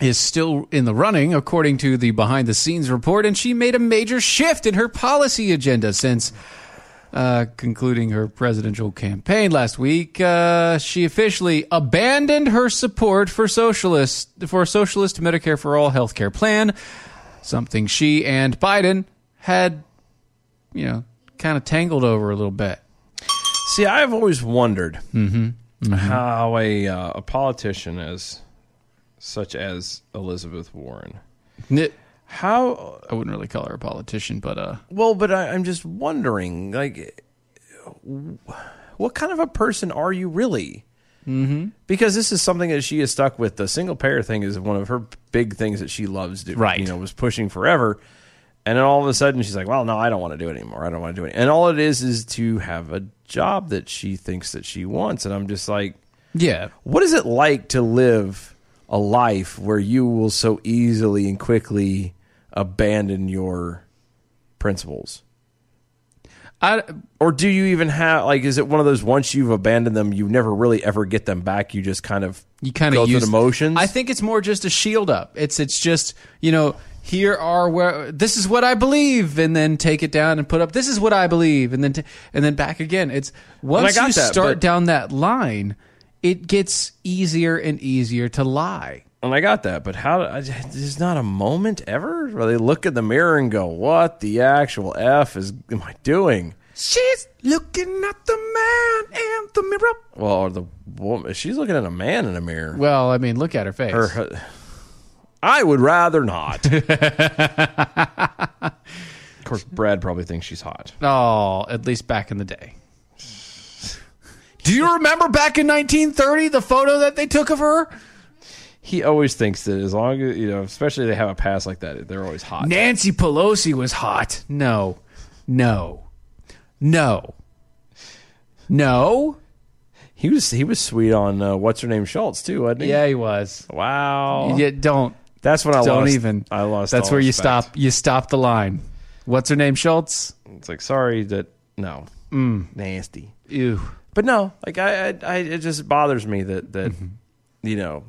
Speaker 2: is still in the running, according to the behind the scenes report, and she made a major shift in her policy agenda since uh, concluding her presidential campaign last week. Uh, she officially abandoned her support for socialist for a socialist Medicare for all healthcare plan, something she and Biden had, you know, kind of tangled over a little bit.
Speaker 4: See, I've always wondered how a uh, a politician as such as Elizabeth Warren,
Speaker 2: N-
Speaker 4: how
Speaker 2: I wouldn't really call her a politician, but uh,
Speaker 4: well, but I, I'm just wondering, like, what kind of a person are you really? Mm-hmm. Because this is something that she is stuck with. The single payer thing is one of her big things that she loves doing.
Speaker 2: Right.
Speaker 4: You know, was pushing forever. And then all of a sudden she's like, well, no, I don't want to do it anymore. I don't want to do it. And all it is is to have a job that she thinks that she wants. And I'm just like,
Speaker 2: yeah,
Speaker 4: what is it like to live a life where you will so easily and quickly abandon your principles?
Speaker 2: I
Speaker 4: or do you even have like is it one of those once you've abandoned them you never really ever get them back you just kind of
Speaker 2: you kind
Speaker 4: go
Speaker 2: of
Speaker 4: through
Speaker 2: use
Speaker 4: the motions
Speaker 2: I think it's more just a shield up. It's it's just you know here are where this is what I believe, and then take it down and put up this is what I believe, and then t- and then back again. It's once
Speaker 4: got
Speaker 2: you
Speaker 4: that,
Speaker 2: start
Speaker 4: but-
Speaker 2: down that line, it gets easier and easier to lie.
Speaker 4: and I got that but how I, there's not a moment ever where they look in the mirror and go what the actual f is am I doing
Speaker 2: She's looking at the man in the mirror.
Speaker 4: well or the woman she's looking at a man in a mirror
Speaker 2: Well, I mean, look at her face.
Speaker 4: Or her- I would rather not of course Brad probably thinks she's hot
Speaker 2: Oh, at least back in the day. Do you remember back in 1930 the photo that they took of her?
Speaker 4: he always thinks that as long as you know especially they have a past like that they're always hot
Speaker 2: Nancy Pelosi was hot. No, no, no, no.
Speaker 4: He was he was sweet on uh, what's her name Schultz too, wasn't he?
Speaker 2: Yeah, he was.
Speaker 4: Wow.
Speaker 2: Yeah, don't
Speaker 4: That's when I
Speaker 2: don't
Speaker 4: lost.
Speaker 2: even.
Speaker 4: I lost.
Speaker 2: That's
Speaker 4: all
Speaker 2: where you
Speaker 4: respect.
Speaker 2: stop. You stop the line. What's her name? Schultz.
Speaker 4: It's like sorry that no
Speaker 2: Mm.
Speaker 4: nasty,
Speaker 2: Ew.
Speaker 4: but no. Like I, I, I it just bothers me that that
Speaker 2: Mm-hmm.
Speaker 4: you know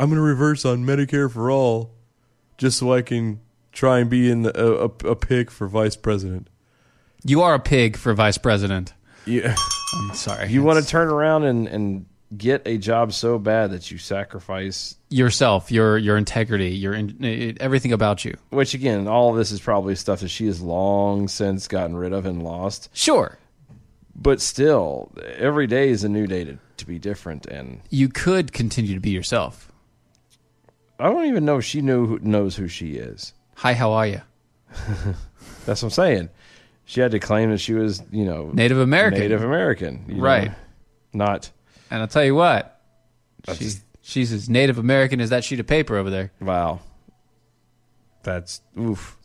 Speaker 4: I'm gonna reverse on Medicare for all just so I can try and be in the, a, a a pick for vice president.
Speaker 2: You are a pig for vice president.
Speaker 4: You
Speaker 2: I'm sorry.
Speaker 4: you want to
Speaker 2: It's
Speaker 4: turn around and and get a job so bad that you sacrifice
Speaker 2: yourself, your your integrity, your in, eh, everything about you.
Speaker 4: which again, all of this is probably stuff that she has long since gotten rid of and lost.
Speaker 2: Sure.
Speaker 4: But still, every day is a new day to, to be different. And
Speaker 2: you could continue to be yourself.
Speaker 4: I don't even know if she knew who, knows who she is.
Speaker 2: Hi, how are you?
Speaker 4: That's what I'm saying. She had to claim that she was, you know,
Speaker 2: Native American.
Speaker 4: Native American, you know,
Speaker 2: Right.
Speaker 4: not
Speaker 2: And I'll tell you what, she, she's as Native American as that sheet of paper over there.
Speaker 4: wow. That's oof.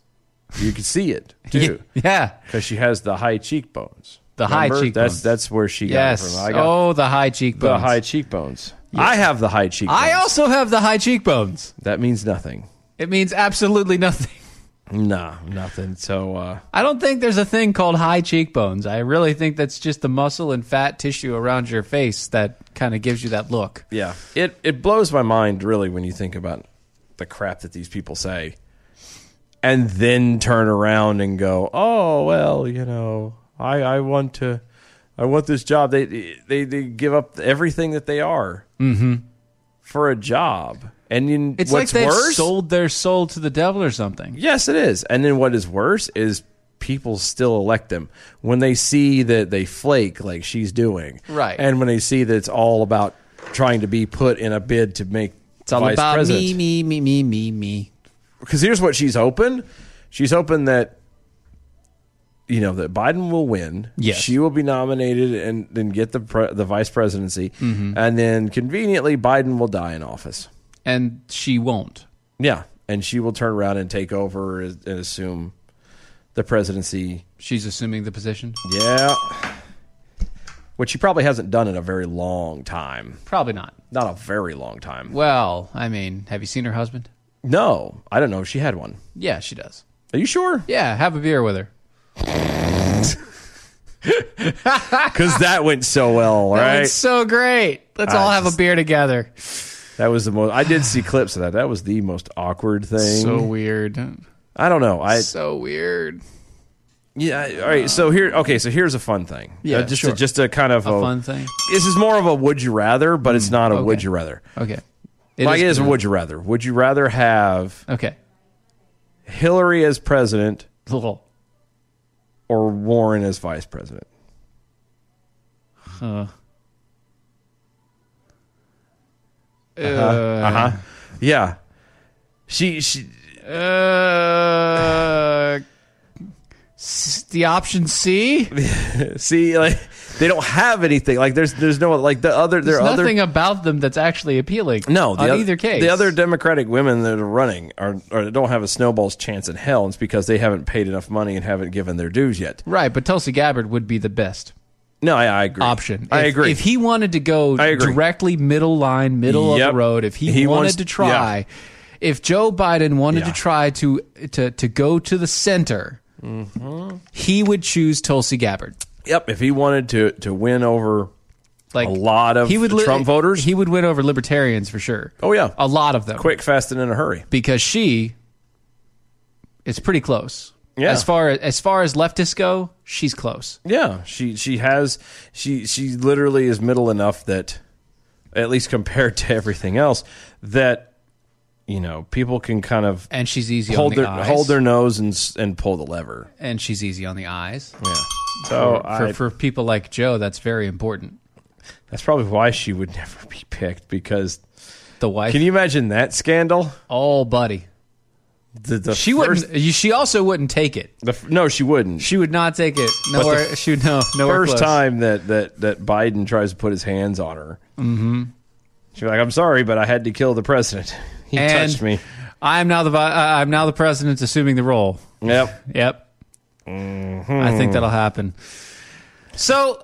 Speaker 4: You can see it too,
Speaker 2: Yeah.
Speaker 4: because she has the high cheekbones.
Speaker 2: The high
Speaker 4: Remember?
Speaker 2: cheekbones.
Speaker 4: That's that's where she
Speaker 2: yes.
Speaker 4: got it from. I got
Speaker 2: oh, the high
Speaker 4: the
Speaker 2: cheekbones.
Speaker 4: high cheekbones. I have the high cheekbones.
Speaker 2: I also have the high cheekbones.
Speaker 4: that means nothing.
Speaker 2: It means absolutely nothing.
Speaker 4: Nah, nothing. So uh,
Speaker 2: I don't think there's a thing called high cheekbones. I really think that's just the muscle and fat tissue around your face that kind of gives you that look.
Speaker 4: yeah, it it blows my mind really when you think about the crap that these people say, and then turn around and go, oh well, you know, I I want to, I want this job. They they they give up everything that they are for a job, and in,
Speaker 2: Mm-hmm. It's
Speaker 4: what's
Speaker 2: like they
Speaker 4: worse,
Speaker 2: sold their soul to the devil or something.
Speaker 4: Yes, it is. And then what is worse is people still elect them when they see that they flake like she's doing.
Speaker 2: Right.
Speaker 4: And when they see that it's all about trying to be put in a bid to make
Speaker 2: It's all
Speaker 4: vice
Speaker 2: about
Speaker 4: president.
Speaker 2: me, me, me, me, me, me.
Speaker 4: Because here's what she's hoping. She's hoping that you know that Biden will win.
Speaker 2: Yes.
Speaker 4: She will be nominated and then get the pre- the vice presidency,
Speaker 2: Mm-hmm.
Speaker 4: and then conveniently Biden will die in office.
Speaker 2: And she won't.
Speaker 4: Yeah, and she will turn around and take over as- and assume the presidency
Speaker 2: She's assuming the position?
Speaker 4: Yeah. Which she probably hasn't done in a very long time.
Speaker 2: Probably not.
Speaker 4: Not a very long time.
Speaker 2: Well, I mean, have you seen her husband?
Speaker 4: No, I don't know if she had one.
Speaker 2: Yeah, she does.
Speaker 4: Are you sure?
Speaker 2: Yeah, have a beer with her.
Speaker 4: Because that went so well,
Speaker 2: That
Speaker 4: right?
Speaker 2: went so great. Let's all have a beer together.
Speaker 4: that was the most. I did see clips of that. That was the most awkward thing.
Speaker 2: So weird.
Speaker 4: I don't know. I
Speaker 2: So weird.
Speaker 4: yeah. I- All right. So here. Okay. So here's a fun thing. Uh,
Speaker 2: Yeah,
Speaker 4: just
Speaker 2: sure.
Speaker 4: a, just a kind of
Speaker 2: A fun thing. Mm,
Speaker 4: This is more of a would you rather, but it's not a would
Speaker 2: okay.
Speaker 4: you rather.
Speaker 2: Okay.
Speaker 4: like it is a would you rather. Would you rather have
Speaker 2: Okay.
Speaker 4: Hillary as president
Speaker 2: Little.
Speaker 4: or Warren as vice president? Uh huh. Yeah. She she
Speaker 2: Uh, s- the option C. There's
Speaker 4: see like they don't have anything like there's there's no like the other there are other
Speaker 2: nothing about them that's actually appealing.
Speaker 4: no the
Speaker 2: on
Speaker 4: oth-
Speaker 2: either case,
Speaker 4: the other Democratic women that are running are or don't have a snowball's chance in hell. It's because they haven't paid enough money and haven't given their dues yet.
Speaker 2: right. But Tulsi Gabbard would be the best
Speaker 4: No, I, I agree.
Speaker 2: option.
Speaker 4: I
Speaker 2: If-
Speaker 4: agree.
Speaker 2: If he wanted to go
Speaker 4: I agree.
Speaker 2: directly middle line, middle of
Speaker 4: Yep.
Speaker 2: the road, if he,
Speaker 4: He
Speaker 2: wanted
Speaker 4: wants-
Speaker 2: to try, if Joe Biden wanted
Speaker 4: Yeah.
Speaker 2: to try to to to go to the center,
Speaker 4: Mm-hmm.
Speaker 2: he would choose Tulsi Gabbard.
Speaker 4: yep, if he wanted to to win over,
Speaker 2: Like
Speaker 4: A lot of
Speaker 2: li-
Speaker 4: Trump voters?
Speaker 2: He would win over libertarians for sure.
Speaker 4: oh yeah,
Speaker 2: a lot of them.
Speaker 4: quick, fast, and in a hurry.
Speaker 2: because she is pretty close.
Speaker 4: Yeah.
Speaker 2: As far as far as leftists go, she's close.
Speaker 4: Yeah, she she has she she literally is middle enough that at least compared to everything else that you know people can kind of
Speaker 2: And she's easy
Speaker 4: hold
Speaker 2: on the
Speaker 4: their
Speaker 2: eyes.
Speaker 4: hold their nose and s- and pull the lever.
Speaker 2: and she's easy on the eyes.
Speaker 4: Yeah. So
Speaker 2: For,
Speaker 4: I,
Speaker 2: for people like Joe, that's very important.
Speaker 4: that's probably why she would never be picked because
Speaker 2: The wife,
Speaker 4: can you imagine that scandal?
Speaker 2: oh buddy,
Speaker 4: The, the
Speaker 2: she
Speaker 4: first-
Speaker 2: wouldn't. you- She also wouldn't take it.
Speaker 4: The, f- no, she wouldn't.
Speaker 2: She would not take it. Nowhere. she would no. Nowhere
Speaker 4: first
Speaker 2: close.
Speaker 4: time that, that that Biden tries to put his hands on her. Mm-hmm. She's like, "I'm sorry, but I had to kill the president. He
Speaker 2: And
Speaker 4: touched me."
Speaker 2: I am now the vi- uh, I'm now the president, assuming the role.
Speaker 4: Yep.
Speaker 2: Yep.
Speaker 4: Mm-hmm.
Speaker 2: I think that'll happen. So,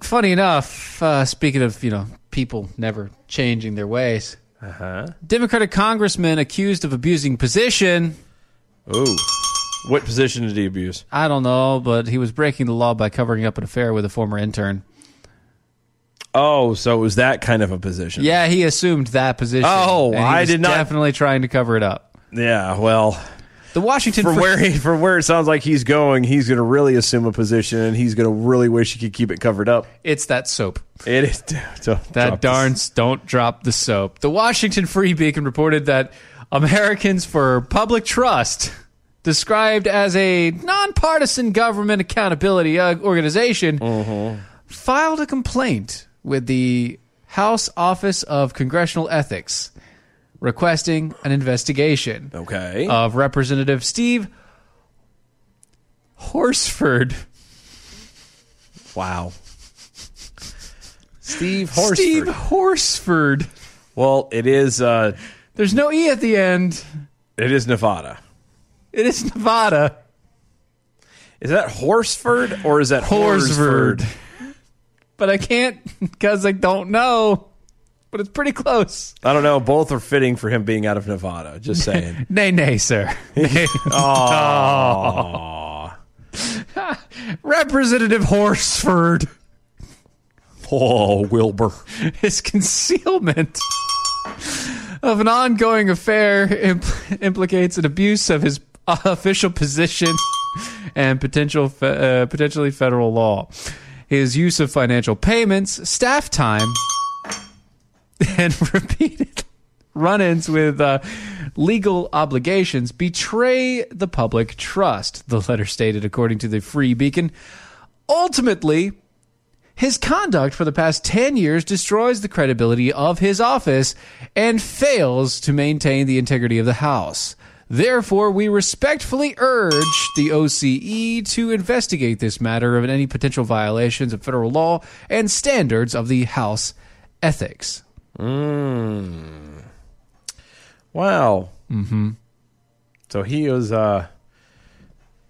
Speaker 2: funny enough, uh, speaking of you know people never changing their ways,
Speaker 4: Uh-huh.
Speaker 2: Democratic congressman accused of abusing position.
Speaker 4: Ooh. What position did he abuse?
Speaker 2: I don't know, but he was breaking the law by covering up an affair with a former intern.
Speaker 4: Oh, so it was that kind of a position.
Speaker 2: Yeah, he assumed that position.
Speaker 4: Oh,
Speaker 2: and he
Speaker 4: I
Speaker 2: was
Speaker 4: did not-
Speaker 2: Definitely trying to cover it up.
Speaker 4: Yeah, well,
Speaker 2: The Washington
Speaker 4: from
Speaker 2: Fo-
Speaker 4: where he, from where it sounds like he's going, he's going to really assume a position and he's going to really wish he could keep it covered up.
Speaker 2: it's that soap.
Speaker 4: It is don't
Speaker 2: That
Speaker 4: drop this.
Speaker 2: darn s- don't drop the soap. The Washington Free Beacon reported that Americans for Public Trust, described as a nonpartisan government accountability uh, organization,
Speaker 4: Mm-hmm.
Speaker 2: filed a complaint with the House Office of Congressional Ethics requesting an investigation
Speaker 4: Okay.
Speaker 2: of Representative Steve Horsford.
Speaker 4: wow. Steve Horsford.
Speaker 2: Steve Horsford.
Speaker 4: Well, it is uh
Speaker 2: There's no E at the end.
Speaker 4: it is Nevada.
Speaker 2: It is Nevada.
Speaker 4: Is that Horsford or is that Horsford?
Speaker 2: Horsford. But I can't because I don't know. But it's pretty close.
Speaker 4: I don't know. Both are fitting for him being out of Nevada. Just saying.
Speaker 2: Nay, nay, sir. Nay. Representative Horsford,
Speaker 4: oh, Wilbur.
Speaker 2: his concealment of an ongoing affair impl- implicates an abuse of his official position and potential fe- uh, potentially federal law. His use of financial payments, staff time, and repeated run-ins with uh, legal obligations betray the public trust. The letter stated, according to the Free Beacon, ultimately. His conduct for the past 10 years destroys the credibility of his office and fails to maintain the integrity of the House. Therefore, we respectfully urge the OCE to investigate this matter and any potential violations of federal law and standards of the House ethics.
Speaker 4: Wow. Mm-hmm. So he was uh,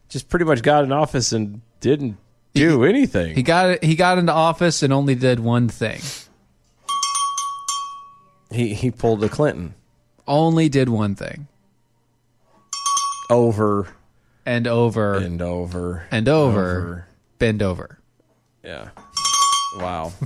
Speaker 4: just pretty much got in office and didn't do anything.
Speaker 2: He got he got into office and only did one thing.
Speaker 4: he he pulled a Clinton
Speaker 2: Only did one thing.
Speaker 4: over
Speaker 2: And over and,
Speaker 4: and over
Speaker 2: over, bend over.
Speaker 4: Yeah. Wow.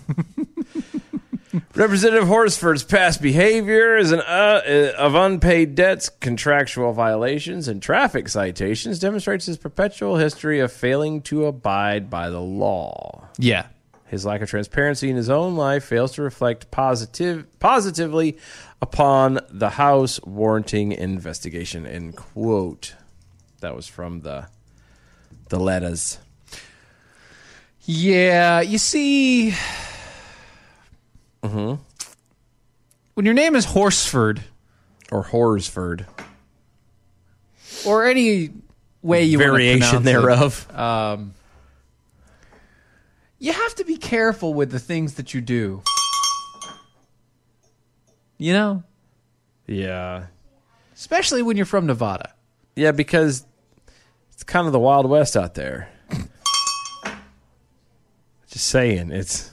Speaker 4: Representative Horsford's past behavior is an, uh, uh, of unpaid debts, contractual violations, and traffic citations demonstrates his perpetual history of failing to abide by the law.
Speaker 2: Yeah.
Speaker 4: His lack of transparency in his own life fails to reflect positive positively upon the House warranting investigation. End quote. That was from the the letters.
Speaker 2: Yeah, you see,
Speaker 4: Mm-hmm.
Speaker 2: when your name is Horsford
Speaker 4: Or Horsford.
Speaker 2: or any way you wanna
Speaker 4: variation
Speaker 2: pronounce it,
Speaker 4: thereof.
Speaker 2: you have to be careful with the things that you do. You know,
Speaker 4: yeah.
Speaker 2: especially when you're from Nevada.
Speaker 4: Yeah, because it's kind of the Wild West out there. Just saying, it's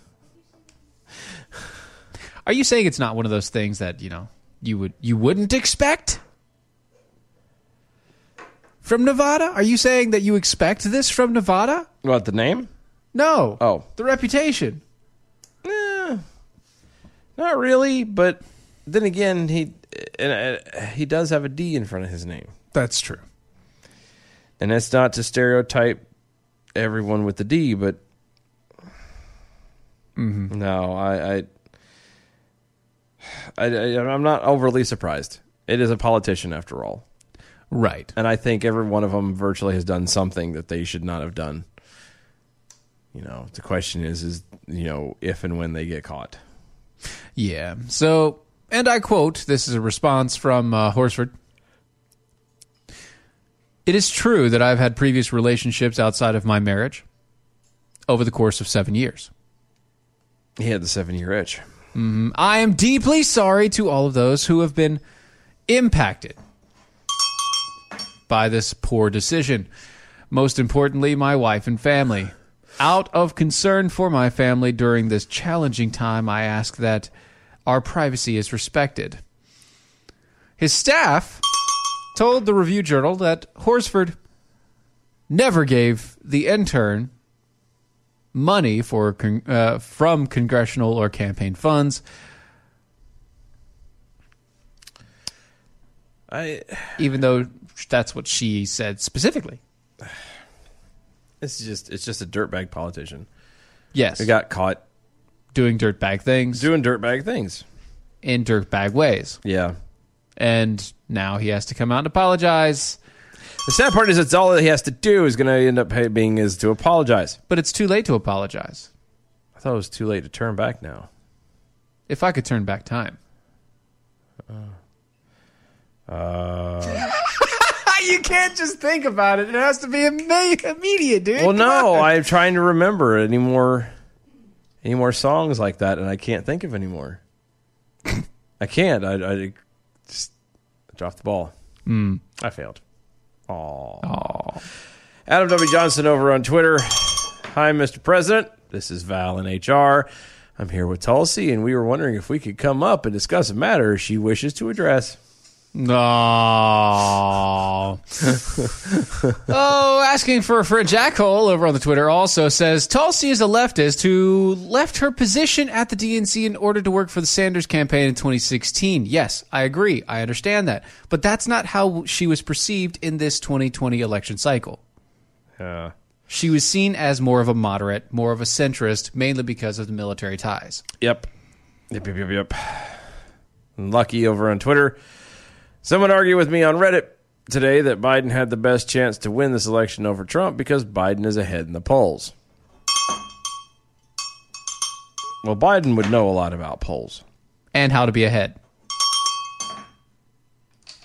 Speaker 2: Are you saying it's not one of those things that you know you would you wouldn't expect from Nevada? Are you saying that you expect this from Nevada?
Speaker 4: what the name?
Speaker 2: No.
Speaker 4: Oh.
Speaker 2: the reputation.
Speaker 4: Eh, not really, but then again, he and uh, he does have a D in front of his name,
Speaker 2: That's true.
Speaker 4: and that's not to stereotype everyone with the D, but no, I, I, I, I, I'm not overly surprised. It is a politician after all.
Speaker 2: Right.
Speaker 4: and I think every one of them virtually has done something that they should not have done. You know, the question is, is you know, if and when they get caught.
Speaker 2: Yeah. So, and I quote this is a response from uh, Horsford. It is true that I've had previous relationships outside of my marriage over the course of seven years.
Speaker 4: He had the seven-year itch.
Speaker 2: Um, I am deeply sorry to all of those who have been impacted by this poor decision. Most importantly, my wife and family. Out of concern for my family during this challenging time, I ask that our privacy is respected. His staff told the Review Journal that Horsford never gave the intern money for con- uh, from congressional or campaign funds.
Speaker 4: I.
Speaker 2: even though that's what she said specifically.
Speaker 4: It's just, it's just a dirtbag politician.
Speaker 2: Yes,
Speaker 4: He got caught
Speaker 2: doing dirtbag things
Speaker 4: doing dirtbag things.
Speaker 2: in dirtbag ways,
Speaker 4: Yeah.
Speaker 2: and now he has to come out and apologize.
Speaker 4: The sad part is, it's all that he has to do is going to end up ha- being is to apologize.
Speaker 2: But it's too late to apologize.
Speaker 4: I thought it was too late to turn back now.
Speaker 2: If I could turn back time, you can't just think about it. It has to be imme- immediate, dude.
Speaker 4: Well, no, I'm trying to remember any more, any more songs like that, and I can't think of any more. I can't. I, I just dropped the ball. I failed. Aww. Adam W. Johnson over on Twitter. Hi, Mr. President. This is Val in HR. I'm here with Tulsi, and we were wondering if we could come up and discuss a matter she wishes to address.
Speaker 2: No. oh, asking for for a jackhole over on the Twitter also says Tulsi is a leftist who left her position at the DNC in order to work for the Sanders campaign in 2016. Yes, I agree. I understand that, but that's not how she was perceived in this 2020 election cycle. She was seen as more of a moderate, more of a centrist, mainly because of the military ties.
Speaker 4: Yep. Yep, yep, yep, yep. And Lucky over on Twitter. Someone argued with me on Reddit today that Biden had the best chance to win this election over Trump because Biden is ahead in the polls. Well, Biden would know a lot about polls.
Speaker 2: And how to be ahead.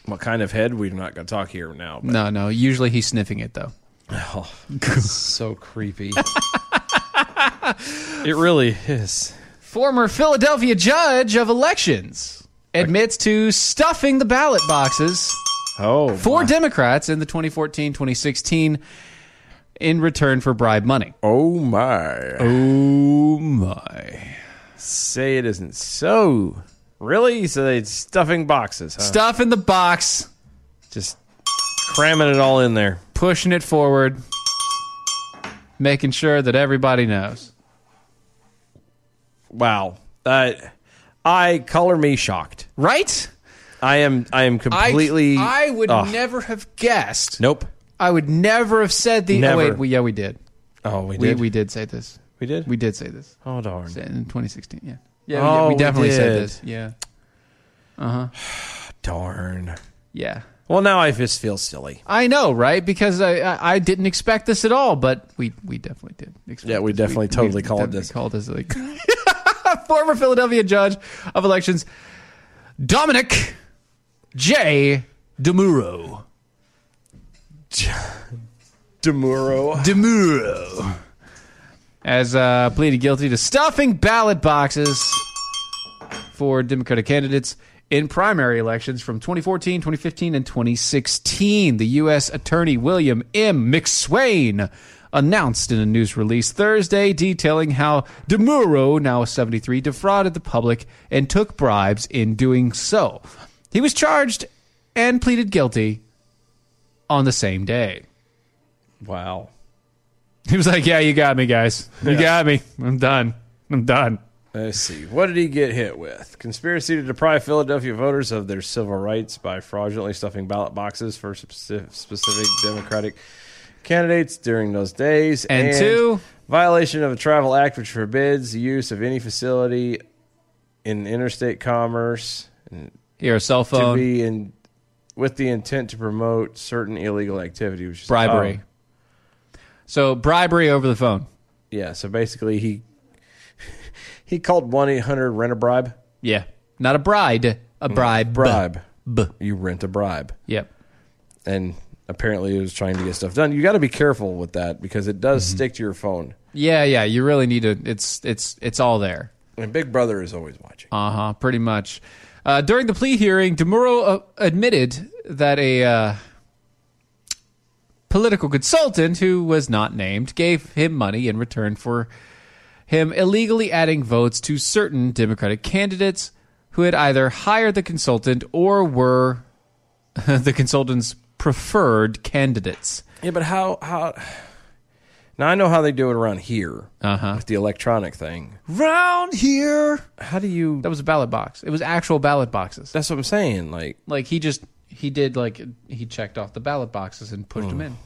Speaker 4: What kind of head? We're not going to talk here now. but-
Speaker 2: No, no. Usually he's sniffing it though.
Speaker 4: so creepy. it really is.
Speaker 2: Former Philadelphia judge of elections admits to stuffing the ballot boxes
Speaker 4: Oh,
Speaker 2: for Democrats in the 2014 2016 in return for bribe money.
Speaker 4: oh my!
Speaker 2: Oh my.
Speaker 4: Say it isn't so. Really? So they stuffing boxes, huh?
Speaker 2: Stuff in the box,
Speaker 4: Just cramming it all in there.
Speaker 2: pushing it forward, making sure that everybody knows.
Speaker 4: Wow. Uh, I color me shocked.
Speaker 2: Right?
Speaker 4: I am. I am
Speaker 2: I-
Speaker 4: completely.
Speaker 2: I, would
Speaker 4: Ugh.
Speaker 2: never have guessed.
Speaker 4: Nope.
Speaker 2: I would never have said the.
Speaker 4: Never.
Speaker 2: Oh, wait, we, yeah, we did.
Speaker 4: Oh, we
Speaker 2: We,
Speaker 4: did.
Speaker 2: we did say this.
Speaker 4: We did.
Speaker 2: We did say this.
Speaker 4: Oh darn.
Speaker 2: in 2016. Yeah. Yeah,
Speaker 4: Oh,
Speaker 2: we,
Speaker 4: we
Speaker 2: we definitely said
Speaker 4: did.
Speaker 2: this. Yeah.
Speaker 4: Darn.
Speaker 2: Yeah.
Speaker 4: Well, now I just feel silly.
Speaker 2: I know, right? Because I, I, I didn't expect this at all, but we, we definitely did. Expect
Speaker 4: Yeah, we
Speaker 2: this.
Speaker 4: definitely totally called
Speaker 2: definitely
Speaker 4: this.
Speaker 2: Called this like former Philadelphia judge of elections, Dominic J. Demuro.
Speaker 4: Demuro.
Speaker 2: Demuro. As uh, pleaded guilty to stuffing ballot boxes for Democratic candidates in primary elections from 2014, 2015, and 2016. The U.S. Attorney William M. McSwain announced in a news release Thursday detailing how DeMuro, now 73, defrauded the public and took bribes in doing so. He was charged and pleaded guilty on the same day.
Speaker 4: Wow.
Speaker 2: He was like, "Yeah, you got me, guys. You got me. I'm done. I'm done."
Speaker 4: Let's see. What did he get hit with? Conspiracy to deprive Philadelphia voters of their civil rights by fraudulently stuffing ballot boxes for speci- specific Democratic candidates during those days.
Speaker 2: And two-
Speaker 4: violation of a travel act which forbids the use of any facility in interstate commerce
Speaker 2: Here, a cell
Speaker 4: to
Speaker 2: phone,
Speaker 4: be in with the intent to promote certain illegal activity, which is
Speaker 2: bribery.
Speaker 4: Oh,
Speaker 2: So bribery over the phone.
Speaker 4: yeah. So basically, he he called one eight hundred rent a bribe.
Speaker 2: Yeah, not a bride, a bribe.
Speaker 4: Mm. Bribe.
Speaker 2: B.
Speaker 4: You rent a bribe.
Speaker 2: Yep.
Speaker 4: and apparently it was trying to get stuff done. You got to be careful with that because it does
Speaker 2: Mm-hmm.
Speaker 4: stick to your phone.
Speaker 2: Yeah, yeah. You really need to. It's it's it's all there.
Speaker 4: And Big Brother is always watching.
Speaker 2: Uh huh. Pretty much. Uh, during the plea hearing, Demuro uh, admitted that a uh, political consultant who was not named gave him money in return for him illegally adding votes to certain Democratic candidates who had either hired the consultant or were the consultant's preferred candidates.
Speaker 4: Yeah, but how how? Now I know how they do it around here
Speaker 2: Uh-huh.
Speaker 4: with the electronic thing.
Speaker 2: Round here.
Speaker 4: How do you?
Speaker 2: That was a ballot box. It was actual ballot boxes.
Speaker 4: That's what I'm saying. Like
Speaker 2: like he just he did like he checked off the ballot boxes and pushed them in.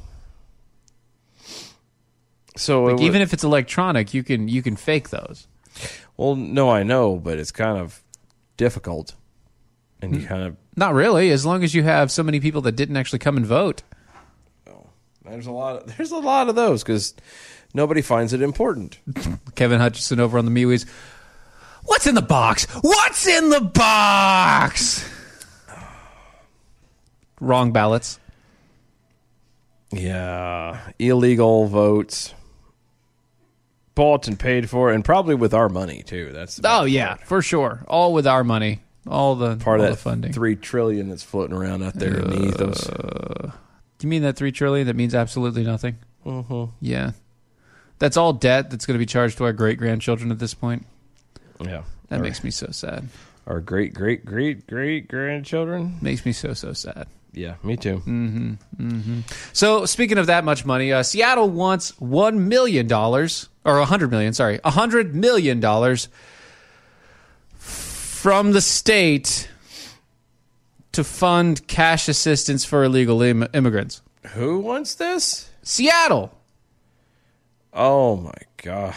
Speaker 4: so, it wa-
Speaker 2: uh, Even if it's electronic, you can you can fake those.
Speaker 4: well, no, I know, but it's kind of difficult, and
Speaker 2: Hmm.
Speaker 4: you kind of
Speaker 2: Not really, as long as you have so many people that didn't actually come and vote.
Speaker 4: there's a lot of there's a lot of those because nobody finds it important.
Speaker 2: Kevin Hutchinson over on the MeWe's. What's in the box? What's in the box? Wrong ballots.
Speaker 4: Yeah, illegal votes bought and paid for, and probably with our money too. That's the
Speaker 2: Oh yeah, for sure. All with our money. All the
Speaker 4: part
Speaker 2: all
Speaker 4: of that
Speaker 2: the funding. Uh.
Speaker 4: three trillion that's floating around out there in the ethos.
Speaker 2: Do you mean that three trillion that means absolutely nothing?
Speaker 4: Mm-hmm.
Speaker 2: Yeah. That's all debt that's going to be charged to our great grandchildren at this point.
Speaker 4: Yeah.
Speaker 2: That makes me so sad.
Speaker 4: Our great, great, great, great grandchildren.
Speaker 2: Makes me so, so sad.
Speaker 4: Yeah, me too.
Speaker 2: Mm. So, speaking of that much money, uh, Seattle wants $1 million, or $100 million, sorry, $100 million from the state to fund cash assistance for illegal Im- immigrants.
Speaker 4: Who wants this?
Speaker 2: Seattle.
Speaker 4: Oh my god.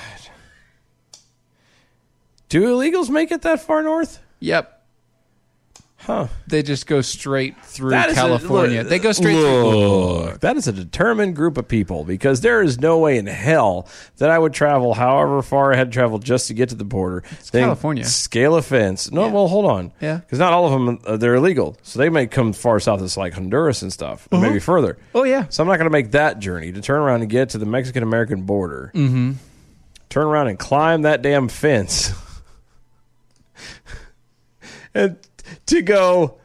Speaker 4: Do illegals make it that far north?
Speaker 2: Yep.
Speaker 4: Huh.
Speaker 2: They just go straight through
Speaker 4: That is a-
Speaker 2: California.
Speaker 4: look-
Speaker 2: they go straight
Speaker 4: Look, that is a determined group of people because there is no way in hell that I would travel however far I had to travel just to get to the border. Then
Speaker 2: California.
Speaker 4: Scale a fence. No, well, hold on.
Speaker 2: Yeah.
Speaker 4: Because not all of them, uh, they're illegal. So they may come far south as like Honduras and stuff, and maybe further.
Speaker 2: Oh, yeah.
Speaker 4: So I'm not going to make that journey to turn around and get to the Mexican American border. Mm hmm.
Speaker 2: Mm-hmm.
Speaker 4: Turn around and climb that damn fence. and to go,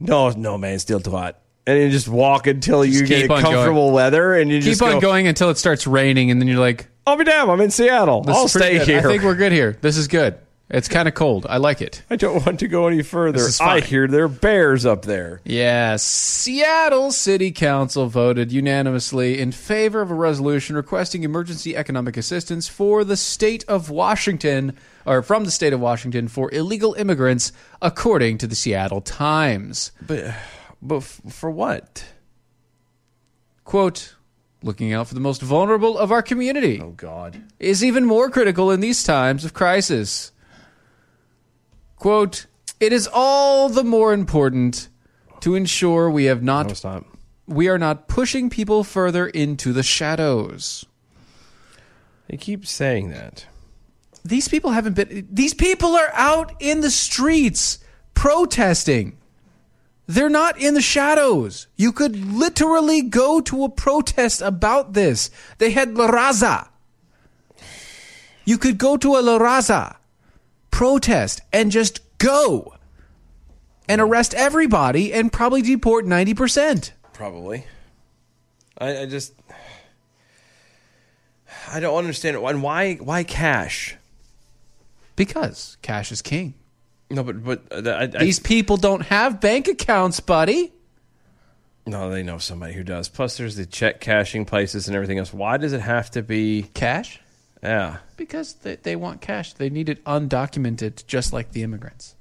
Speaker 4: no, no, man, it's still too hot. And you just walk until you
Speaker 2: Just
Speaker 4: get
Speaker 2: keep on
Speaker 4: comfortable weather, and you
Speaker 2: through. Keep
Speaker 4: just
Speaker 2: on
Speaker 4: go,
Speaker 2: going until it starts raining, and then you're like,
Speaker 4: I'll be damned, I'm in Seattle.
Speaker 2: This
Speaker 4: I'll
Speaker 2: is pretty
Speaker 4: stay
Speaker 2: good.
Speaker 4: here.
Speaker 2: I think we're good here. This is good. It's kind of cold. I like it.
Speaker 4: I don't want to go any further.
Speaker 2: This is
Speaker 4: I
Speaker 2: fine.
Speaker 4: hear there are bears up there.
Speaker 2: Yeah. Seattle City Council voted unanimously in favor of a resolution requesting emergency economic assistance for the state of Washington, or from the state of Washington, for illegal immigrants, according to the Seattle Times.
Speaker 4: But f- for what?
Speaker 2: Quote, looking out for the most vulnerable of our community.
Speaker 4: Oh God.
Speaker 2: is even more critical in these times of crisis. Quote, it is all the more important to ensure we have
Speaker 4: No,
Speaker 2: not
Speaker 4: it's not.
Speaker 2: we are not pushing people further into the shadows.
Speaker 4: They keep saying that.
Speaker 2: These people haven't been these people are out in the streets protesting. They're not in the shadows. You could literally go to a protest about this. They had La Raza. You could go to a La Raza protest and just go and arrest everybody and probably deport 90%.
Speaker 4: Probably. I, I just I don't understand it. And why why cash?
Speaker 2: Because cash is king.
Speaker 4: No, but but uh, I, I,
Speaker 2: These people don't have bank accounts, buddy.
Speaker 4: no, they know somebody who does. Plus, there's the check cashing places and everything else. Why does it have to be?
Speaker 2: Cash?
Speaker 4: Yeah,
Speaker 2: Because they, they want cash. They need it undocumented, just like the immigrants.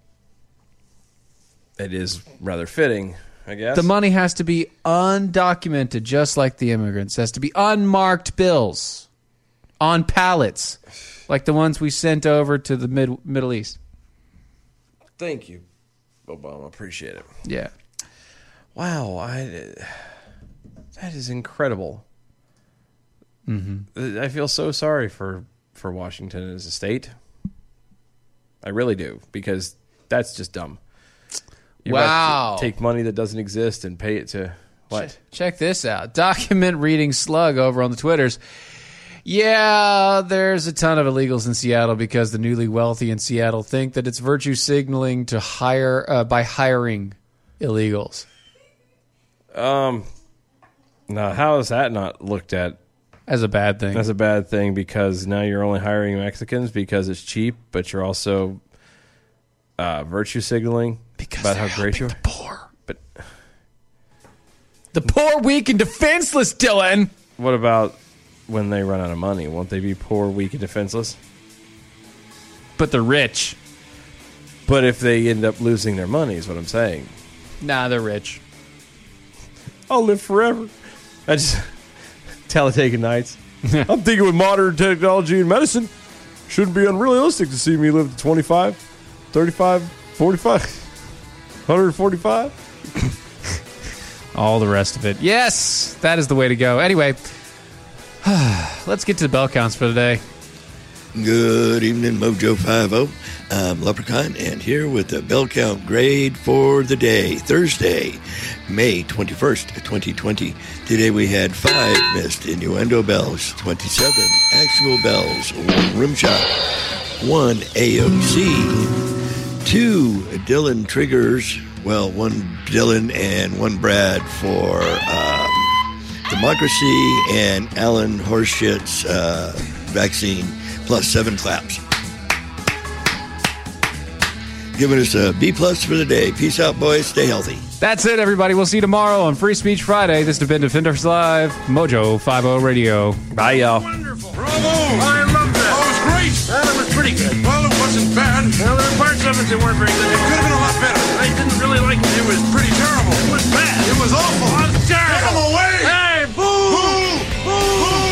Speaker 4: it is rather fitting, I guess.
Speaker 2: The money has to be undocumented, just like the immigrants. has to be unmarked bills on pallets, like the ones we sent over to the mid, Middle East.
Speaker 4: Thank you, Obama. Appreciate it.
Speaker 2: Yeah.
Speaker 4: Wow, I that is incredible. Mm-hmm. I feel so sorry for for Washington as a state. I really do because that's just dumb. You're about
Speaker 2: Wow.
Speaker 4: to take money that doesn't exist and pay it to what?
Speaker 2: Check this out. Document reading slug over on the Twitters. Yeah, there's a ton of illegals in Seattle because the newly wealthy in Seattle think that it's virtue signaling to hire uh, by hiring illegals
Speaker 4: Now, how is that not looked at
Speaker 2: as a bad thing.
Speaker 4: as a bad thing? Because now you're only hiring Mexicans because it's cheap, but you're also uh, virtue signaling about how great you are.
Speaker 2: poor. But the poor, weak, and defenseless, Dylan.
Speaker 4: What about when they run out of money? Won't they be poor, weak, and defenseless?
Speaker 2: But the rich.
Speaker 4: But if they end up losing their money, is what I'm saying.
Speaker 2: Nah, they're rich.
Speaker 4: I'll live forever. I just Talladega Nights. I'm thinking with modern technology and medicine, shouldn't be unrealistic to see me live to 25, 35, 45, 145.
Speaker 2: All the rest of it. Yes, that is the way to go. Anyway, let's get to the bell counts for today.
Speaker 8: Good evening, Mojo 50. I'm Leprechaun, and here with the bell count grade for the day, Thursday, May 21st, 2020. Today we had five missed innuendo bells, 27 actual bells, one rim shot, one AOC, two Dylan triggers, well, one Dylan and one Brad for um, Democracy and Alan Horshit's uh, vaccine plus seven claps. Giving us a B plus for the day. Peace out, boys. Stay healthy.
Speaker 2: That's it, everybody. We'll see you tomorrow on Free Speech Friday. This has been Defenders Live, Mojo 50 Radio.
Speaker 4: Bye, y'all.
Speaker 9: Wonderful. Bravo! I love that. That was great. That was pretty good. Well, it wasn't bad. Well, there were parts of it that weren't very good. It could have been a lot better. I didn't really like it. It was pretty terrible. It was bad. It was awful. It was terrible. Take 'em away. Hey, Boo! boo. boo.